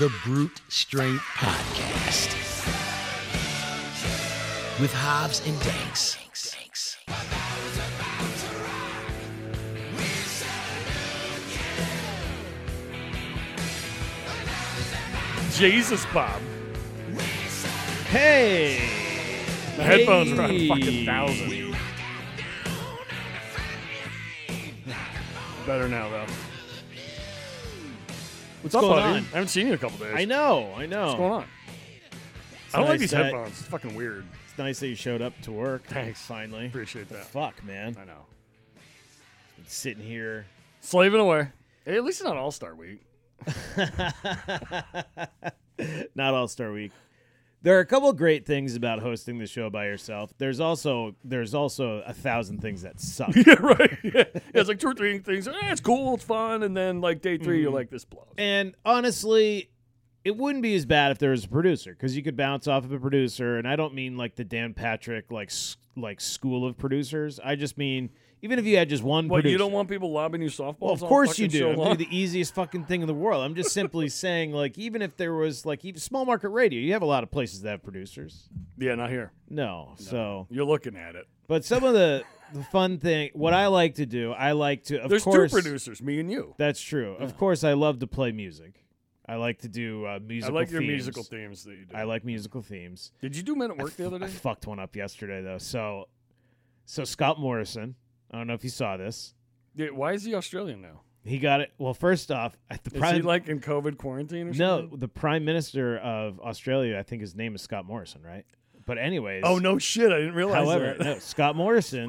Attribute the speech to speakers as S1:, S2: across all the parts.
S1: the Brute Strength Podcast with Hobbs and Danks.
S2: Jesus, Bob.
S3: Hey,
S2: The headphones are on a fucking thousand. Better now, though.
S3: what's going
S2: buddy?
S3: on?
S2: I haven't seen you in a couple days.
S3: I know, I know.
S2: What's going on?
S3: It's
S2: I don't like
S3: nice
S2: these
S3: that-
S2: headphones. It's fucking weird.
S3: It's nice that you showed up to work.
S2: Thanks.
S3: Finally.
S2: Appreciate
S3: The
S2: that.
S3: fuck, man.
S2: I know.
S3: Been sitting here.
S2: Slaving away. Hey, at least it's not All Star Week.
S3: Not All Star Week. There are a couple great things about hosting the show by yourself. There's also there's also a thousand things that suck.
S2: yeah, right. Yeah. it's like two or three things. Eh, it's cool. It's fun. And then like day 3 you you're like, this blows.
S3: Mm-hmm. And honestly, it wouldn't be as bad if there was a producer because you could bounce off of a producer. And I don't mean like the Dan Patrick like s- like school of producers. I just mean even if you had just one
S2: What,
S3: producer.
S2: you don't want people lobbing you softballs?
S3: well, of
S2: all
S3: course you
S2: fucking
S3: do.
S2: So
S3: I'm doing
S2: long?
S3: the easiest fucking thing in the world. I'm just simply saying, like, even if there was like even small market radio, you have a lot of places that have producers.
S2: yeah, not here.
S3: No, so
S2: You're looking at it.
S3: but some of the the fun thing, what I like to do, I like to of
S2: There's
S3: course
S2: two producers, me and you.
S3: That's true. Of course, I love to play music. I like to do uh,
S2: I
S3: musical.
S2: like your
S3: themes.
S2: musical themes that you do.
S3: I like musical themes.
S2: Did you do Men at Work the other
S3: I
S2: day?
S3: fucked one up yesterday though. So, so Scott Morrison. I don't know if you saw this.
S2: Yeah, why is he Australian now?
S3: He got it. Well, first off, at the
S2: Is
S3: prime.
S2: he like in COVID quarantine or
S3: no,
S2: something?
S3: the prime minister of Australia. I think his name is Scott Morrison, right? But anyways.
S2: Oh no shit! I didn't realize
S3: However,
S2: that.
S3: no, Scott Morrison,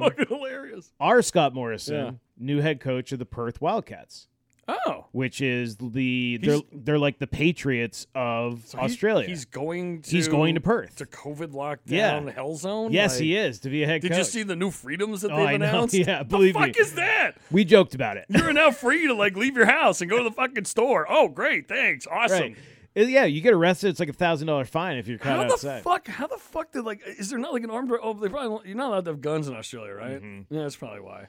S2: Fucking hilarious.
S3: our Scott Morrison,
S2: Yeah.
S3: new head coach of the Perth Wildcats,
S2: Oh,
S3: which is the they're
S2: He's-
S3: they're like the Patriots of
S2: So he-
S3: Australia.
S2: he's going. To,
S3: He's going to Perth.
S2: to COVID lockdown
S3: Yeah.
S2: hell zone.
S3: Yes,
S2: Like,
S3: he is to be a head
S2: Did
S3: coach.
S2: you see the new freedoms that
S3: Oh,
S2: they've
S3: I know.
S2: announced?
S3: Yeah, believe
S2: the
S3: me.
S2: fuck is that?
S3: we joked about it.
S2: You're now free to like leave your house and go to the fucking store. Oh, great, thanks, awesome.
S3: right. Uh, Yeah, you get arrested. It's like a thousand dollar fine if you're caught
S2: How
S3: outside.
S2: the fuck? How the fuck did like? Is there not like an armed? Oh, they probably won't- you're not allowed to have guns in Australia, right?
S3: Mm-hmm.
S2: Yeah, that's probably why.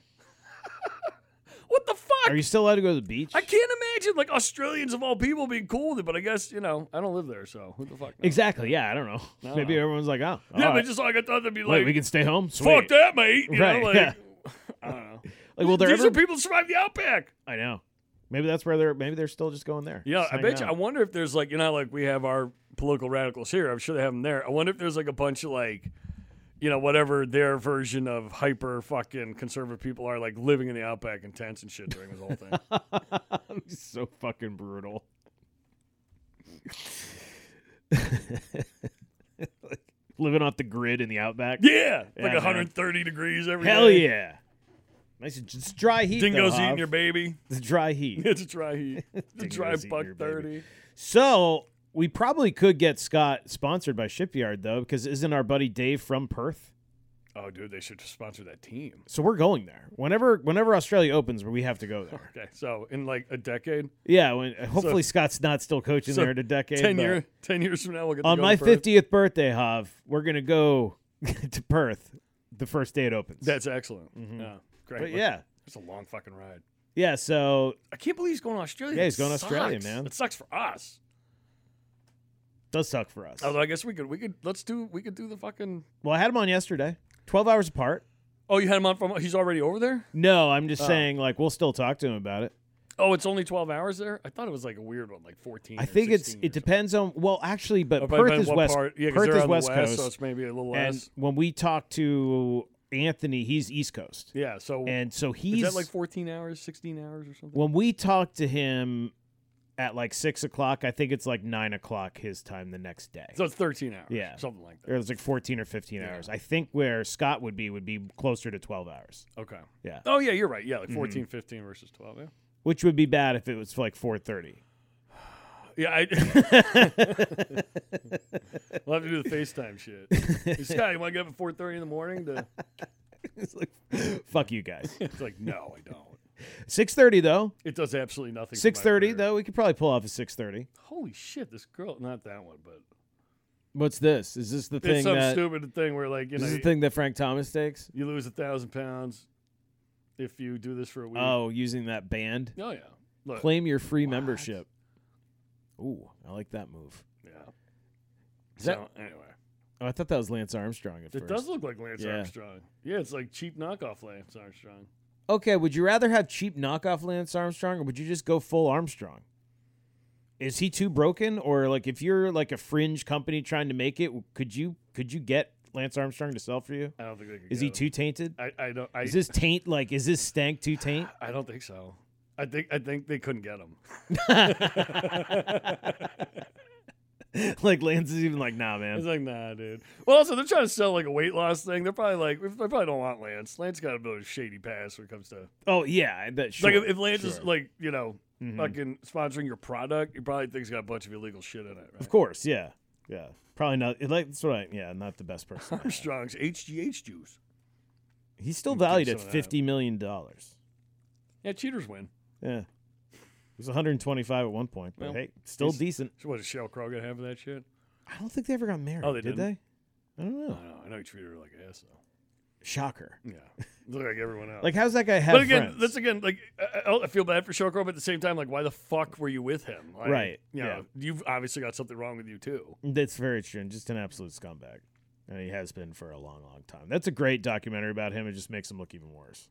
S2: what the fuck?
S3: Are you still allowed to go to the beach?
S2: I can't imagine like Australians of all people being cool with it, but I guess you know I don't live there, so who the fuck? knows?
S3: exactly. Yeah, I don't know.
S2: No,
S3: Maybe
S2: no.
S3: everyone's like, oh,
S2: Yeah,
S3: all
S2: but
S3: right.
S2: just like I thought they'd be
S3: wait,
S2: like,
S3: we can stay home.
S2: fuck
S3: Sweet.
S2: that, mate. You
S3: Right,
S2: know, like,
S3: yeah.
S2: I don't know.
S3: Like, will there
S2: These
S3: ever?
S2: are people that survived the outback.
S3: I know. Maybe that's where they're. Maybe they're still just going there.
S2: Yeah,
S3: Just
S2: I
S3: hanging
S2: bet you. I
S3: out.
S2: wonder if there's like you know like we have our political radicals here. I'm sure they have them there. I wonder if there's like a bunch of like. You know, whatever their version of hyper fucking conservative people are, like living in the outback in tents and shit during this whole thing.
S3: so fucking brutal. Living off the grid in the outback.
S2: yeah,
S3: Yeah,
S2: like
S3: man.
S2: 130 degrees every
S3: Hell
S2: day.
S3: yeah. Nice. and- It's dry heat. though,
S2: Dingo's eating
S3: Hav.
S2: your baby.
S3: It's dry heat.
S2: It's a dry heat. It's a
S3: Dingo's
S2: dry
S3: eating
S2: buck
S3: your baby.
S2: thirty.
S3: So we probably could get Scott sponsored by Shipyard though, because isn't our buddy Dave from Perth?
S2: Oh, dude, they should sponsor that team.
S3: So we're going there whenever whenever Australia opens, we have to go there.
S2: Okay, so in like a decade,
S3: Yeah, when, hopefully Scott's not still coaching
S2: so
S3: there in a decade.
S2: ten
S3: but
S2: year, ten years from now, we'll get to
S3: on
S2: go
S3: my
S2: to Perth.
S3: fiftieth birthday, Hav, we're gonna go to Perth the first day it opens.
S2: That's excellent. Yeah, great.
S3: Mm-hmm. but
S2: Look,
S3: yeah,
S2: it's a long fucking ride.
S3: yeah. So
S2: I can't believe he's going to Australia.
S3: Yeah, he's
S2: It
S3: going to Australia,
S2: sucks.
S3: man.
S2: It sucks for us.
S3: does suck for us.
S2: Although I guess we could, we could, let's do, we could do the fucking.
S3: Well, I had him on yesterday, twelve hours apart.
S2: Oh, you had him on from? He's already over there.
S3: No, I'm just saying like we'll still talk to him about it.
S2: Oh, it's only twelve hours there. I thought it was like a weird one, like fourteen.
S3: I
S2: or
S3: think it's
S2: 16
S3: it
S2: or something.
S3: depends on well actually, but
S2: Oh, but- but
S3: Perth is
S2: what
S3: west.
S2: part- Yeah, 'cause
S3: Perth
S2: they're
S3: is
S2: on the
S3: west, coast,
S2: so it's maybe a little
S3: and
S2: less.
S3: when we talked to Anthony, he's east coast,
S2: Yeah, so
S3: and so
S2: is
S3: he's
S2: that like fourteen hours, sixteen hours, or something?
S3: when we talked to him at like six o'clock. I think it's like nine o'clock his time the next day.
S2: So it's thirteen hours.
S3: Yeah. Er,
S2: something like that.
S3: or it's like 14 or 15
S2: Yeah.
S3: hours. I think where Scott would be would be closer to 12 hours.
S2: Okay.
S3: Yeah.
S2: Oh yeah, you're right. Yeah, like 14,
S3: mm-hmm.
S2: 15 versus twelve. Yeah.
S3: Which would be bad if it was like 4:30.
S2: Yeah, I, we'll have to do the FaceTime shit. Hey, Scott, you want to get up at four thirty in the morning? To...
S3: It's like fuck you guys.
S2: It's like, no, I don't.
S3: 6:30 though.
S2: It does absolutely nothing. for my
S3: 6:30
S2: career.
S3: though. We could probably pull off a 6:30.
S2: Holy shit, this girl. Not that one, but
S3: What's this? Is this the
S2: it's
S3: thing
S2: some
S3: that
S2: stupid thing where like you
S3: is
S2: know
S3: this the
S2: you,
S3: thing that Frank Thomas takes?
S2: you lose a thousand pounds if you do this for a week.
S3: Oh, using that band.
S2: Oh, yeah. Look,
S3: Claim your free membership. Ooh, I like that move.
S2: Yeah.
S3: Is that-
S2: so anyway,
S3: Oh, I thought that was Lance Armstrong at
S2: it
S3: first.
S2: does look like Lance
S3: Yeah.
S2: Armstrong. Yeah, it's like cheap knockoff Lance Armstrong.
S3: Okay, would you rather have cheap knockoff Lance Armstrong or would you just go full Armstrong? Is he too broken or like if you're like a fringe company trying to make it, could you could you get Lance Armstrong to sell for you?
S2: I don't think they could.
S3: Is
S2: get
S3: he
S2: him.
S3: too tainted?
S2: I, I don't. I,
S3: Is this taint like is this stank too taint?
S2: I don't think so. I think I think they couldn't get him.
S3: like Lance is even like, "Nah,
S2: It's
S3: man."
S2: like nah, dude. Well, also they're trying to sell like a weight loss thing. They're probably like, they probably don't want Lance. Lance got a bit of a shady past when it comes to
S3: Oh, yeah, that
S2: like if,
S3: sure,
S2: if Lance is
S3: sure.
S2: like you know
S3: Mhm.
S2: fucking sponsoring your product, he probably thinks it's got a bunch of illegal shit in it. Right?
S3: Of course, yeah. Yeah. Probably not it- like that's right. Yeah, not the best person. to have.
S2: Armstrong's HGH juice.
S3: He's still
S2: You give
S3: valued
S2: some
S3: at
S2: of that.
S3: 50 million dollars.
S2: Yeah, cheaters win.
S3: Yeah. It was 125 at one point, but
S2: Well,
S3: hey, still
S2: he's-
S3: decent.
S2: So what did Shell Crow get half of that shit?
S3: I don't think they ever got married.
S2: Oh, they
S3: did
S2: didn't?
S3: they? I don't
S2: I
S3: know.
S2: don't know. I know he treated her like ass though.
S3: Shocker.
S2: Yeah, look like everyone else.
S3: Like, how's that guy have
S2: but again,
S3: friends?
S2: that's again like I- I, I feel bad for Shell Crow, but at the same time, like why the fuck were you with him? Like,
S3: Right,
S2: You
S3: yeah.
S2: know, you've obviously got something wrong with you too.
S3: That's very true. and Just an absolute scumbag. And he has been for a long, long time. That's a great documentary about him. It just makes him look even worse.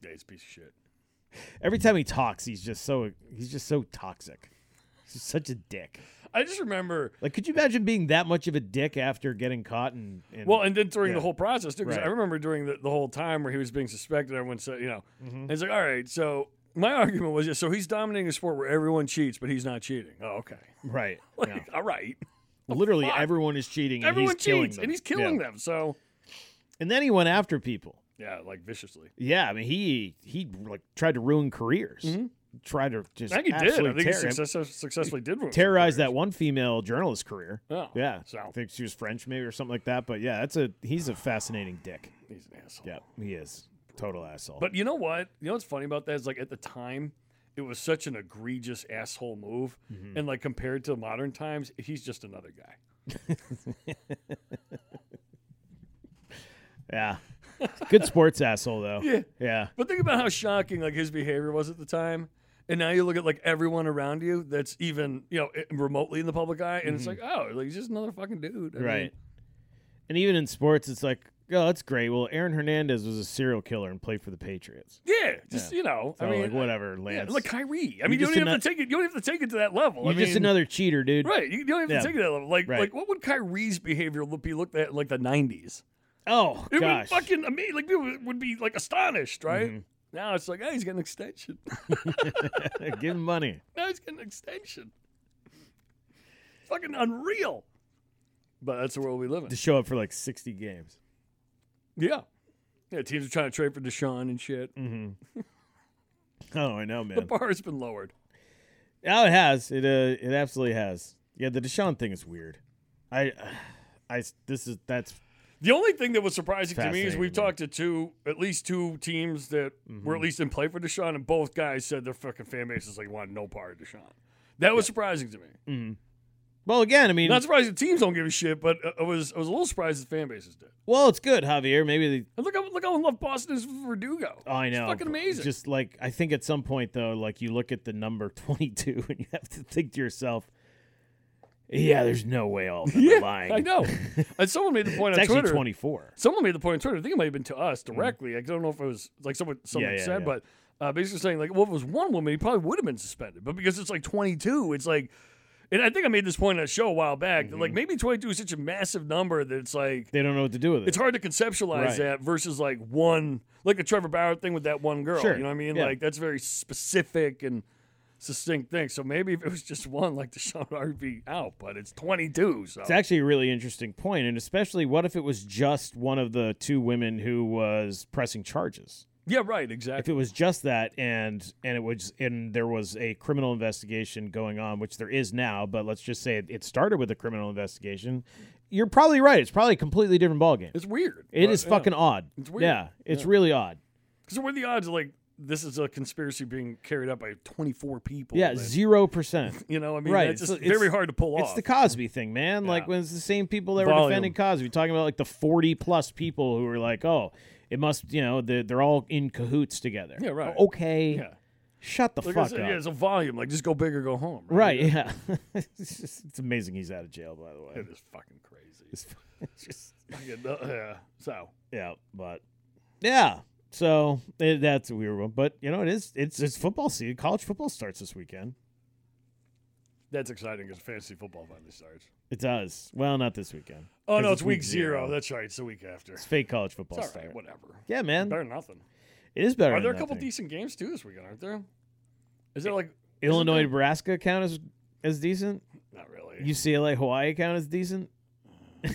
S2: Yeah, he's a piece of shit.
S3: Every time he talks, he's just so he's just so toxic. He's just such a dick.
S2: I just remember.
S3: Like, could you imagine being that much of a dick after getting caught and, and
S2: Well, and then during
S3: Yeah.
S2: the whole process, too, 'cause
S3: Right.
S2: I remember during the, the whole time where he was being suspected, everyone said, you know,
S3: Mm-hmm.
S2: it's like, all right, so my argument was, yeah, so he's dominating a sport where everyone cheats, but he's not cheating. Oh, okay.
S3: right?
S2: Like,
S3: yeah.
S2: all right.
S3: Literally,
S2: fuck?
S3: everyone is cheating. And
S2: everyone
S3: he's killing
S2: cheats,
S3: them.
S2: and he's killing
S3: Yeah.
S2: them. So,
S3: And then he went after people.
S2: yeah, like viciously.
S3: Yeah, I mean he he like tried to ruin careers. Tried to just
S2: Mm-hmm. I think he did. I
S3: absolutely
S2: think he
S3: tear-
S2: success, successfully did ruin some
S3: terrorize that
S2: careers.
S3: one female journalist career.
S2: Oh,
S3: Yeah, I
S2: So,
S3: think she was French maybe or something like that. But yeah, that's a he's a fascinating dick.
S2: he's an asshole.
S3: Yeah, he is total asshole.
S2: But you know what? You know what's funny about that is like at the time, it was such an egregious asshole move,
S3: Mm-hmm.
S2: and like compared to modern times, he's just another guy.
S3: yeah, good sports asshole though.
S2: Yeah.
S3: yeah,
S2: But think about how shocking like his behavior was at the time, and now you look at like everyone around you that's even you know i- remotely in the public eye, and it's like oh, like he's just another fucking dude. I mean,
S3: Mm-hmm. right. And even in sports, it's like oh that's great. Well, Aaron Hernandez was a serial killer and played for the Patriots.
S2: yeah, just
S3: Yeah.
S2: you know.
S3: So
S2: I mean,
S3: like whatever, Lance.
S2: Yeah, like Kyrie. I mean, you
S3: just
S2: don't even
S3: ano-
S2: have to take it. You don't have to take it to that level.
S3: you're
S2: I mean,
S3: just another cheater, dude.
S2: Right, you don't have
S3: Yeah.
S2: to take it to that level. Like,
S3: Right.
S2: like what would Kyrie's behavior look- be looked at in, like the '90s?
S3: Oh
S2: It
S3: gosh. Mm-hmm.
S2: would fucking amazing. Like people would be like astonished, right? Now it's like, hey, he's got an extension.
S3: Give him money.
S2: now he's got an extension. Fucking unreal. But that's the world we live in.
S3: to show up for like 60 games.
S2: Yeah. Mm-hmm. Yeah, teams are trying to trade for Deshaun and shit.
S3: Oh, I know,
S2: The
S3: man.
S2: bar has been lowered.
S3: Oh, it has. It uh, it absolutely has. Yeah, the Deshaun thing is weird. I, I, s- this is that's
S2: The only thing that was surprising to me is
S3: Fascinating, Mm-hmm.
S2: we've
S3: man.
S2: talked to two, at least two teams that were at least in play for Deshaun, and both guys said their fucking fan bases like wanted no part of Deshaun. That was surprising to me.
S3: Mm-hmm. well. Again, I mean,
S2: Not surprising the teams don't give a shit, but uh, I was I was a little surprised the fan bases did.
S3: well, it's good, Javier. Maybe the.
S2: And look how look how in love Boston is for Verdugo.
S3: Oh, I know.
S2: it's fucking
S3: but
S2: amazing.
S3: Just like I think at some point though, like you look at the number twenty-two and you have to think to yourself, yeah, there's no way all of them are
S2: yeah,
S3: lying.
S2: I know. and someone made the point
S3: It's
S2: on
S3: actually
S2: Twitter.
S3: twenty-four.
S2: Someone made the point on Twitter. I think it might have been to us directly. I don't know if it was like someone someone
S3: Mm. Yeah, yeah,
S2: said,
S3: yeah.
S2: but uh, basically saying like, well, if it was one woman, he probably would have been suspended. But because it's like 22, it's like, and I think I made this point on a show a while back. That,
S3: Mm-hmm.
S2: like maybe 22 is such a massive number that it's like
S3: They don't know what to do with it.
S2: it's hard to conceptualize
S3: Right.
S2: that versus like one like a Trevor Bauer thing with that one girl.
S3: Sure,
S2: You know what I mean?
S3: yeah.
S2: Like that's a very specific and succinct thing. So maybe if it was just one, like Deshaun would already be out, but it's 22. So
S3: It's actually a really interesting point, and especially what if it was just one of the two women who was pressing charges?
S2: yeah, right,
S3: If
S2: exactly.
S3: it was just that, and and it was and there was a criminal investigation going on, which there is now, but let's just say it, it started with a criminal investigation. You're probably right. It's probably a completely different ballgame.
S2: It's weird.
S3: It is fucking odd.
S2: It's weird.
S3: Yeah, it's really odd.
S2: Because what are the odds of like this is a conspiracy being carried out by 24 people?
S3: Yeah,
S2: that-
S3: zero percent.
S2: you know, I mean,
S3: right,
S2: that's just
S3: it's- it's-
S2: very hard to pull
S3: It's
S2: off.
S3: the Cosby thing, man. Like
S2: Yeah.
S3: when it's the same people that were
S2: Volume.
S3: defending Cosby, talking about like the forty plus people who were like, "Oh, it must," you know, they're, they're all in cahoots together.
S2: Yeah, right.
S3: Okay.
S2: yeah.
S3: Shut the
S2: Like I
S3: fuck
S2: said,
S3: up.
S2: yeah, it's a volume. Like just go big or go home.
S3: Right, yeah. it's, just- it's amazing he's out of jail, by the way.
S2: It is fucking crazy.
S3: It's, it's just,
S2: Fucking, uh, yeah. So
S3: yeah, but yeah. So it, that's a weird one, but you know it is. It's it's football season. College football starts this weekend.
S2: that's exciting because fantasy football finally starts.
S3: It does. Well, not this weekend.
S2: Oh
S3: 'Cause
S2: no, it's,
S3: it's
S2: week,
S3: week
S2: zero.
S3: zero.
S2: That's right. It's the week after.
S3: It's
S2: It's
S3: fake college football
S2: all
S3: start.
S2: right. Whatever.
S3: Yeah, man.
S2: Better than nothing.
S3: It is better.
S2: Are
S3: than
S2: there a couple
S3: nothing.
S2: decent games too this weekend? Aren't there? Is there like
S3: Illinois,
S2: isn't
S3: Nebraska count as as decent?
S2: there- Not really.
S3: UCLA, Hawaii count as decent?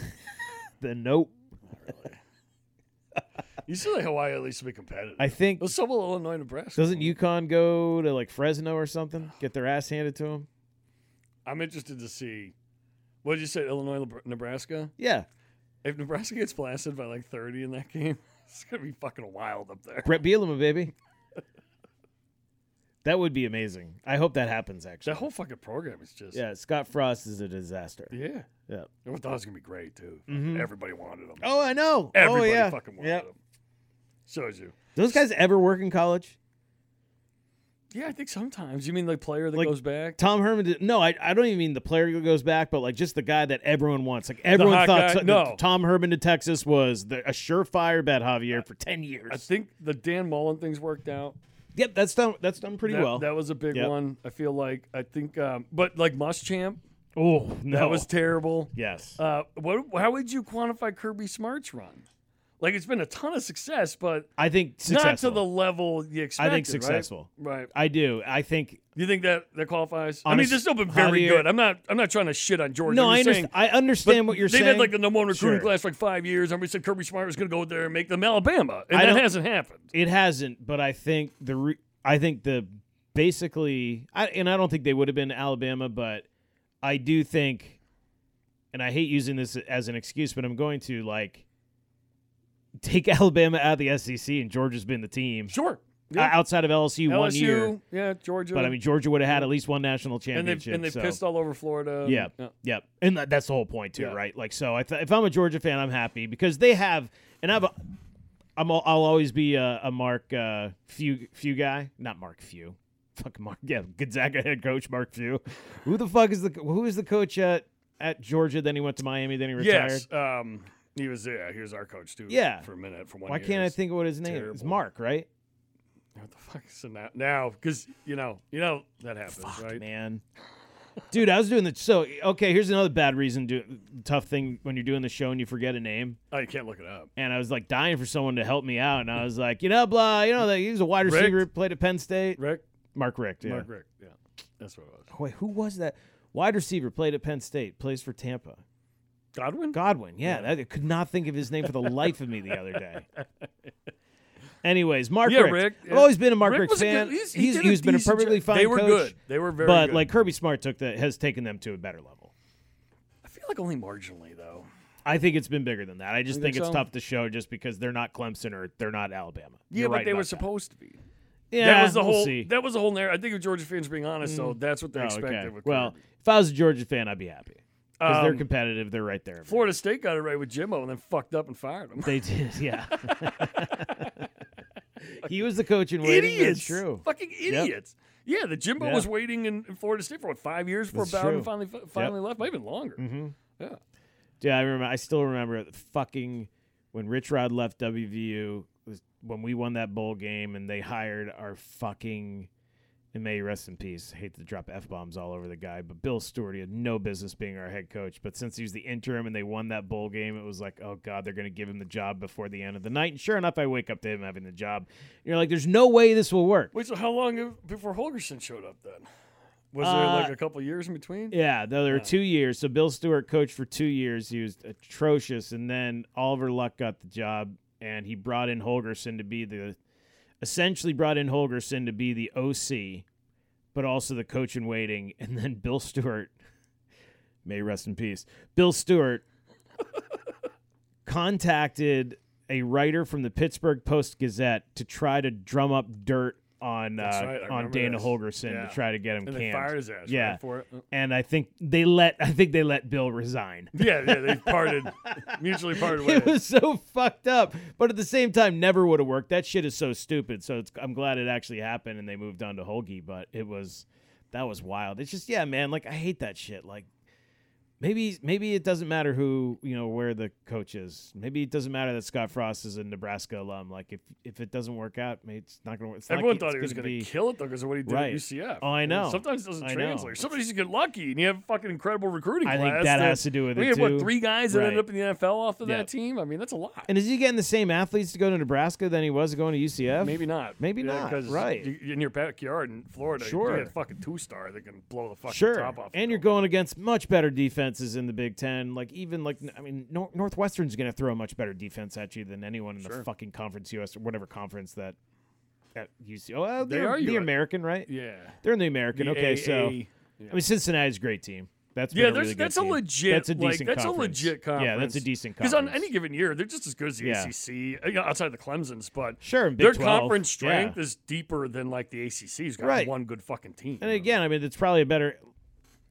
S3: then nope.
S2: You see, like Hawaii at least to be competitive.
S3: I think
S2: Let's double Illinois, Nebraska.
S3: doesn't UConn go to like Fresno or something? Get their ass handed to them?
S2: I'm interested to see. What did you say, Illinois, Lebr- Nebraska?
S3: Yeah,
S2: If Nebraska gets blasted by like 30 in that game, it's gonna be fucking wild up there.
S3: Brett Bielema, baby. that would be amazing. I hope that happens. Actually,
S2: That whole fucking program is just
S3: yeah, Scott Frost is a disaster.
S2: yeah.
S3: Yeah.
S2: I thought it was gonna be great too.
S3: Mhm.
S2: Everybody wanted them.
S3: Oh, I know.
S2: Everybody
S3: oh, yeah.
S2: fucking wanted
S3: yeah.
S2: them. Shows you.
S3: Those guys ever work in college?
S2: Yeah, I think sometimes you mean like player that
S3: Like,
S2: goes back.
S3: Tom Herman. Did, no, I, I don't even mean the player who goes back, but like just the guy that everyone wants. Like everyone
S2: hot
S3: thought
S2: guy?
S3: that
S2: No.
S3: Tom Herman to Texas was the, a surefire bet, Javier, for ten years.
S2: I think the Dan Mullen things worked out.
S3: yep, that's done. That's done pretty
S2: that,
S3: well.
S2: That was a big
S3: Yep.
S2: one. I feel like I think, um, but like Muschamp,
S3: oh no,
S2: that was terrible.
S3: yes.
S2: Uh, what? How would you quantify Kirby Smart's run? Like it's been a ton of success, but
S3: I think
S2: not to
S3: successful.
S2: the level you expected. right?
S3: successful.
S2: Right.
S3: I do. I think
S2: You think that that qualifies? I mean,
S3: Honest-
S2: they've still been very
S3: Javier-
S2: good. I'm not. I'm not trying to shit on Georgia.
S3: no.
S2: I'm
S3: I,
S2: just
S3: underst-
S2: saying,
S3: I understand what you're
S2: they
S3: saying.
S2: had like the number one recruiting
S3: Sure.
S2: class for like five years. Everybody said Kirby Smart was going to go there and make them Alabama, and
S3: I
S2: that
S3: don't-
S2: hasn't happened.
S3: It hasn't, but I think the re- I think the basically, I, and I don't think they would have been Alabama, but I do think, and I hate using this as an excuse, but I'm going to like take Alabama out of the SEC, and Georgia's been the team
S2: Sure.
S3: Uh, outside of LSU,
S2: LSU.
S3: one year.
S2: Yeah, Georgia.
S3: But I mean, Georgia would have had at least one national
S2: and
S3: championship.
S2: they and they
S3: so.
S2: pissed all over Florida.
S3: Yeah. Yep. And that, that's the whole point too,
S2: Yeah.
S3: right? Like, so I th- if I'm a Georgia fan, I'm happy because they have, and I've, I'm, al- I'll always be a, a Mark uh, Few Few guy, not Mark Few. Fuck Mark. Yeah, Gonzaga head coach Mark Few. Who the fuck is the who is the coach at at Georgia? Then he went to Miami. Then he retired.
S2: Yes. Um, he was yeah. He was our coach too.
S3: Yeah.
S2: For a minute. For one.
S3: Why
S2: year.
S3: can't I
S2: It's-
S3: think of what his name is?
S2: terrible.
S3: Mark, right?
S2: What the fuck is in that now? Because you know, you know that happens,
S3: Fuck,
S2: right?
S3: man. Dude, I was doing the so okay. Here's another bad reason. Do tough thing when you're doing the show and you forget a name.
S2: Oh, you can't look it up.
S3: and I was like dying for someone to help me out. And I was like, you know, blah, you know, like, he was a wide
S2: Richt.
S3: receiver, played at Penn State.
S2: Rick.
S3: Mark Richt, yeah.
S2: Mark Rick. Yeah. That's what it was.
S3: Oh, wait, who was that? Wide receiver, played at Penn State, plays for Tampa.
S2: Godwin.
S3: Godwin, yeah, That, I could not think of his name for the life of me the other day. Anyways, Mark
S2: Yeah,
S3: Richt.
S2: Richt, yeah.
S3: I've always been a Mark
S2: Rick
S3: Richt
S2: was a good-
S3: fan.
S2: he's-
S3: He's,
S2: he
S3: he's,
S2: did a
S3: been a
S2: decent
S3: perfectly
S2: job.
S3: fine
S2: They were
S3: coach,
S2: good. They were very
S3: but
S2: good.
S3: like Kirby Smart took that has taken them to a better level.
S2: I feel like only marginally though.
S3: I think it's been bigger than that. I just
S2: You
S3: think,
S2: think so?
S3: it's tough to show just because they're not Clemson or they're not Alabama.
S2: Yeah,
S3: You're
S2: but
S3: right
S2: they
S3: about
S2: were
S3: that.
S2: supposed to be.
S3: Yeah,
S2: that was the
S3: we'll
S2: whole.
S3: see.
S2: That was the whole narrative. I think if Georgia fans are being honest, though, that's what they
S3: Oh,
S2: expected.
S3: okay.
S2: With
S3: Well,
S2: Kirby.
S3: if I was a Georgia fan, I'd be happy because they're
S2: Um,
S3: competitive. They're right there.
S2: Florida State got it right with Jimbo, and then fucked up and fired him.
S3: They did, yeah. he was the coach in waiting.
S2: idiots.
S3: That's true.
S2: Fucking idiots. Yeah, the Jimbo
S3: Yeah.
S2: was waiting in, in Florida State for what, five years before
S3: That's true. Mm-hmm.
S2: Bowden finally fi- finally left, maybe even longer. Yeah.
S3: Yeah, I remember. I still remember the fucking when Rich Rod left WVU was when we won that bowl game, and they hired our fucking. And may he rest in peace. hate to drop f bombs all over the guy, but Bill Stewart he had no business being our head coach. But since he was the interim and they won that bowl game, it was like, oh god, they're going to give him the job before the end of the night. And sure enough, I wake up to him having the job. And you're like, there's no way this will work.
S2: Wait, so how long of- before Holgerson showed up then? Was there
S3: Uh,
S2: like a couple years in between?
S3: Yeah, though there were two years. So Bill Stewart coached for two years. He was atrocious, and then Oliver Luck got the job, and he brought in Holgerson to be the, essentially brought in Holgerson to be the OC, but also the coach in waiting. And then Bill Stewart, may he rest in peace. Bill Stewart contacted a writer from the Pittsburgh Post Gazette to try to drum up dirt on
S2: That's
S3: uh,
S2: right, I
S3: on
S2: remember
S3: Dana
S2: this.
S3: Holgerson
S2: Yeah.
S3: to try to get him
S2: and they
S3: canned.
S2: fired his ass. right,
S3: yeah,
S2: for it.
S3: and I think they let I think they let Bill resign.
S2: Yeah, yeah, they parted, mutually parted ways.
S3: It was so fucked up, but at the same time, never would have worked. That shit is so stupid. So it's, I'm glad it actually happened and they moved on to Holgi. But it was that was wild. It's just yeah, man. Like I hate that shit. Like maybe maybe it doesn't matter who you know where the coach is. Maybe it doesn't matter that Scott Frost is a Nebraska alum. Like if if it doesn't work out, mate, it's not gonna work. It's not-
S2: Everyone
S3: it's
S2: thought he was
S3: gonna
S2: going
S3: be-
S2: to kill it though because of what he did at
S3: Right.
S2: UCF.
S3: Oh, I
S2: And
S3: know.
S2: Sometimes it doesn't
S3: I know.
S2: translate. Sometimes you get lucky and you have a fucking incredible recruiting
S3: I
S2: class.
S3: think that has to do with
S2: we
S3: it,
S2: had, what
S3: too.
S2: three guys that ended
S3: Right.
S2: up in the NFL off of
S3: Yeah.
S2: that team. I mean, that's a lot.
S3: And is he getting the same athletes to go to Nebraska than he was going to UCF?
S2: Maybe not.
S3: Maybe not,
S2: Because
S3: right.
S2: you- you're in your backyard in Florida,
S3: Sure.
S2: you get a fucking two star that can blow the fucking
S3: Sure,
S2: top off. the
S3: and you're
S2: building.
S3: going against much better defenses in the Big Ten. Like even like I mean, Nor- Northwestern's going to throw a much better defense at you than anyone in the fucking conference US or whatever conference that at UC. Oh, well,
S2: They
S3: they're
S2: are
S3: the
S2: US.
S3: American, right?
S2: Yeah.
S3: They're in the American.
S2: The
S3: okay,
S2: AA.
S3: so I mean, Cincinnati's a great team. That's been
S2: Yeah,
S3: a
S2: there's,
S3: really good
S2: that's a
S3: team.
S2: legit.
S3: That's a
S2: like,
S3: decent.
S2: that's
S3: conference.
S2: a legit conference.
S3: Yeah, that's a decent
S2: Because
S3: conference.
S2: on any given year, they're just as good as the
S3: Yeah.
S2: ACC, you know, outside the Clemson's. But
S3: Sure, and Big
S2: their
S3: 12,
S2: conference strength
S3: yeah.
S2: is deeper than like the ACC's got
S3: Right.
S2: one good fucking team.
S3: And again, I mean, it's probably a better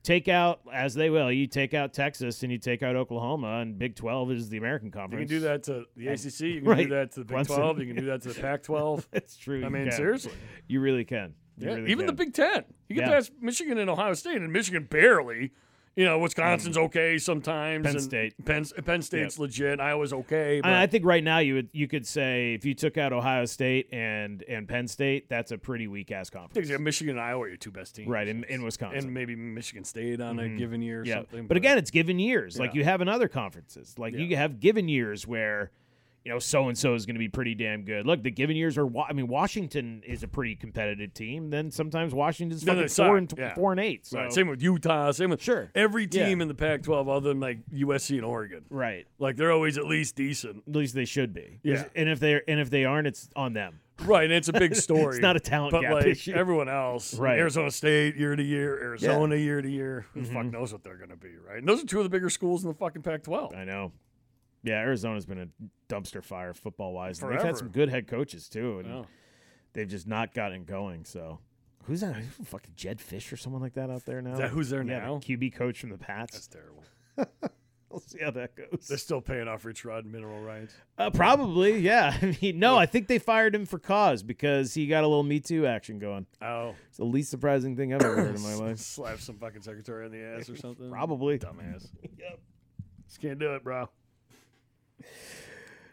S3: take out as they will. You take out Texas and you take out Oklahoma, and Big Twelve is the American
S2: you
S3: conference.
S2: can do that to the ACC. You can
S3: Right.
S2: do that to the Big
S3: Clemson.
S2: 12. You can do that to the Pac 12.
S3: That's true.
S2: I
S3: you
S2: mean,
S3: can.
S2: seriously.
S3: you really can. You
S2: Yeah,
S3: really
S2: even the
S3: can.
S2: Big Ten. You get
S3: Yeah.
S2: past Michigan and Ohio State, and Michigan barely. You know, Wisconsin's okay sometimes.
S3: Um, Penn
S2: and
S3: State.
S2: Penn, Penn State's legit. Iowa's okay. But
S3: I, I think right now you would you could say if you took out Ohio State and and Penn State, that's a pretty weak ass conference,
S2: think Michigan and Iowa are your two best teams.
S3: right? In in Wisconsin, Mm-hmm.
S2: and maybe Michigan State on a given year or
S3: yeah.
S2: something.
S3: But again, it's given years. Like
S2: Yeah.
S3: you have in other conferences, like you have given years where. You know, so and so is going to be pretty damn good. Look, the given years are. Wa- I mean, Washington is a pretty competitive team. Then sometimes Washington's
S2: Then
S3: fucking
S2: they suck,
S3: four and tw-
S2: yeah.
S3: four and eight. So.
S2: Right, same with Utah. Same with
S3: Sure.
S2: every
S3: Yeah.
S2: team in the Pac-12 other than like USC and Oregon.
S3: right.
S2: Like they're always at least decent.
S3: At least they should be.
S2: Yeah.
S3: And if they're and if they aren't, it's on them.
S2: Right, and it's a big story.
S3: It's not a talent
S2: but
S3: gap
S2: like
S3: issue.
S2: everyone else,
S3: Right.
S2: Arizona State year to year, Arizona year to year. Who the
S3: Mm-hmm.
S2: fuck knows what they're going to be, right? And those are two of the bigger schools in the fucking Pac-12.
S3: I know. Yeah, Arizona's been a dumpster fire football wise. They've
S2: Forever. Oh.
S3: had some good head coaches too, and
S2: Yeah.
S3: they've just not gotten going. So who's that? Who's fucking Jed Fish or someone like that out there now?
S2: that who's there
S3: yeah, the
S2: now?
S3: QB coach from the Pats.
S2: That's terrible.
S3: We'll see how that
S2: They're
S3: goes.
S2: still paying off Rich Rod mineral rights.
S3: Uh, probably, yeah. I mean, no, I think they fired him for cause because he got a little Me Too action going.
S2: Oh,
S3: It's the least surprising thing I've ever heard in my life.
S2: slap some fucking secretary on the ass or something.
S3: Probably
S2: dumbass. yep, just can't do it, bro.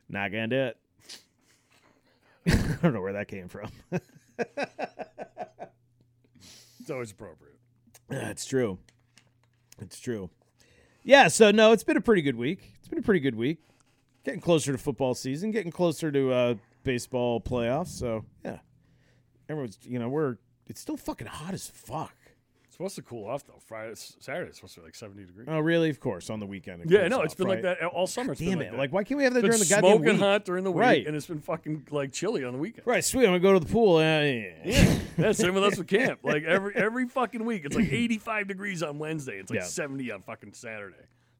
S3: not gonna do it. I don't know where that came from.
S2: It's always appropriate.
S3: That's true. It's true. Yeah, so no, it's been a pretty good week. It's been a pretty good week. Getting closer to football season, getting closer to uh baseball playoffs, so yeah. Everyone's you know, we're it's still fucking hot as fuck.
S2: It's supposed to cool off though. Friday, S- Saturday, it's supposed to be like seventy degrees.
S3: Oh, really? Of course, on the weekend. it
S2: yeah,
S3: cools
S2: no,
S3: off,
S2: it's been
S3: right?
S2: like that all summer. It's been
S3: Damn
S2: like
S3: it.
S2: that.
S3: Like why can't we have that
S2: It's been
S3: during the goddamn
S2: smoking
S3: week?
S2: hot during the week,
S3: Right.
S2: and it's been fucking like chilly on the weekend.
S3: Right, sweet, I'm gonna go to the pool. Uh, yeah.
S2: Yeah, that's same with us with camp. Like every every fucking week, it's like eighty five degrees on Wednesday. It's like
S3: Yeah.
S2: seventy on fucking Saturday.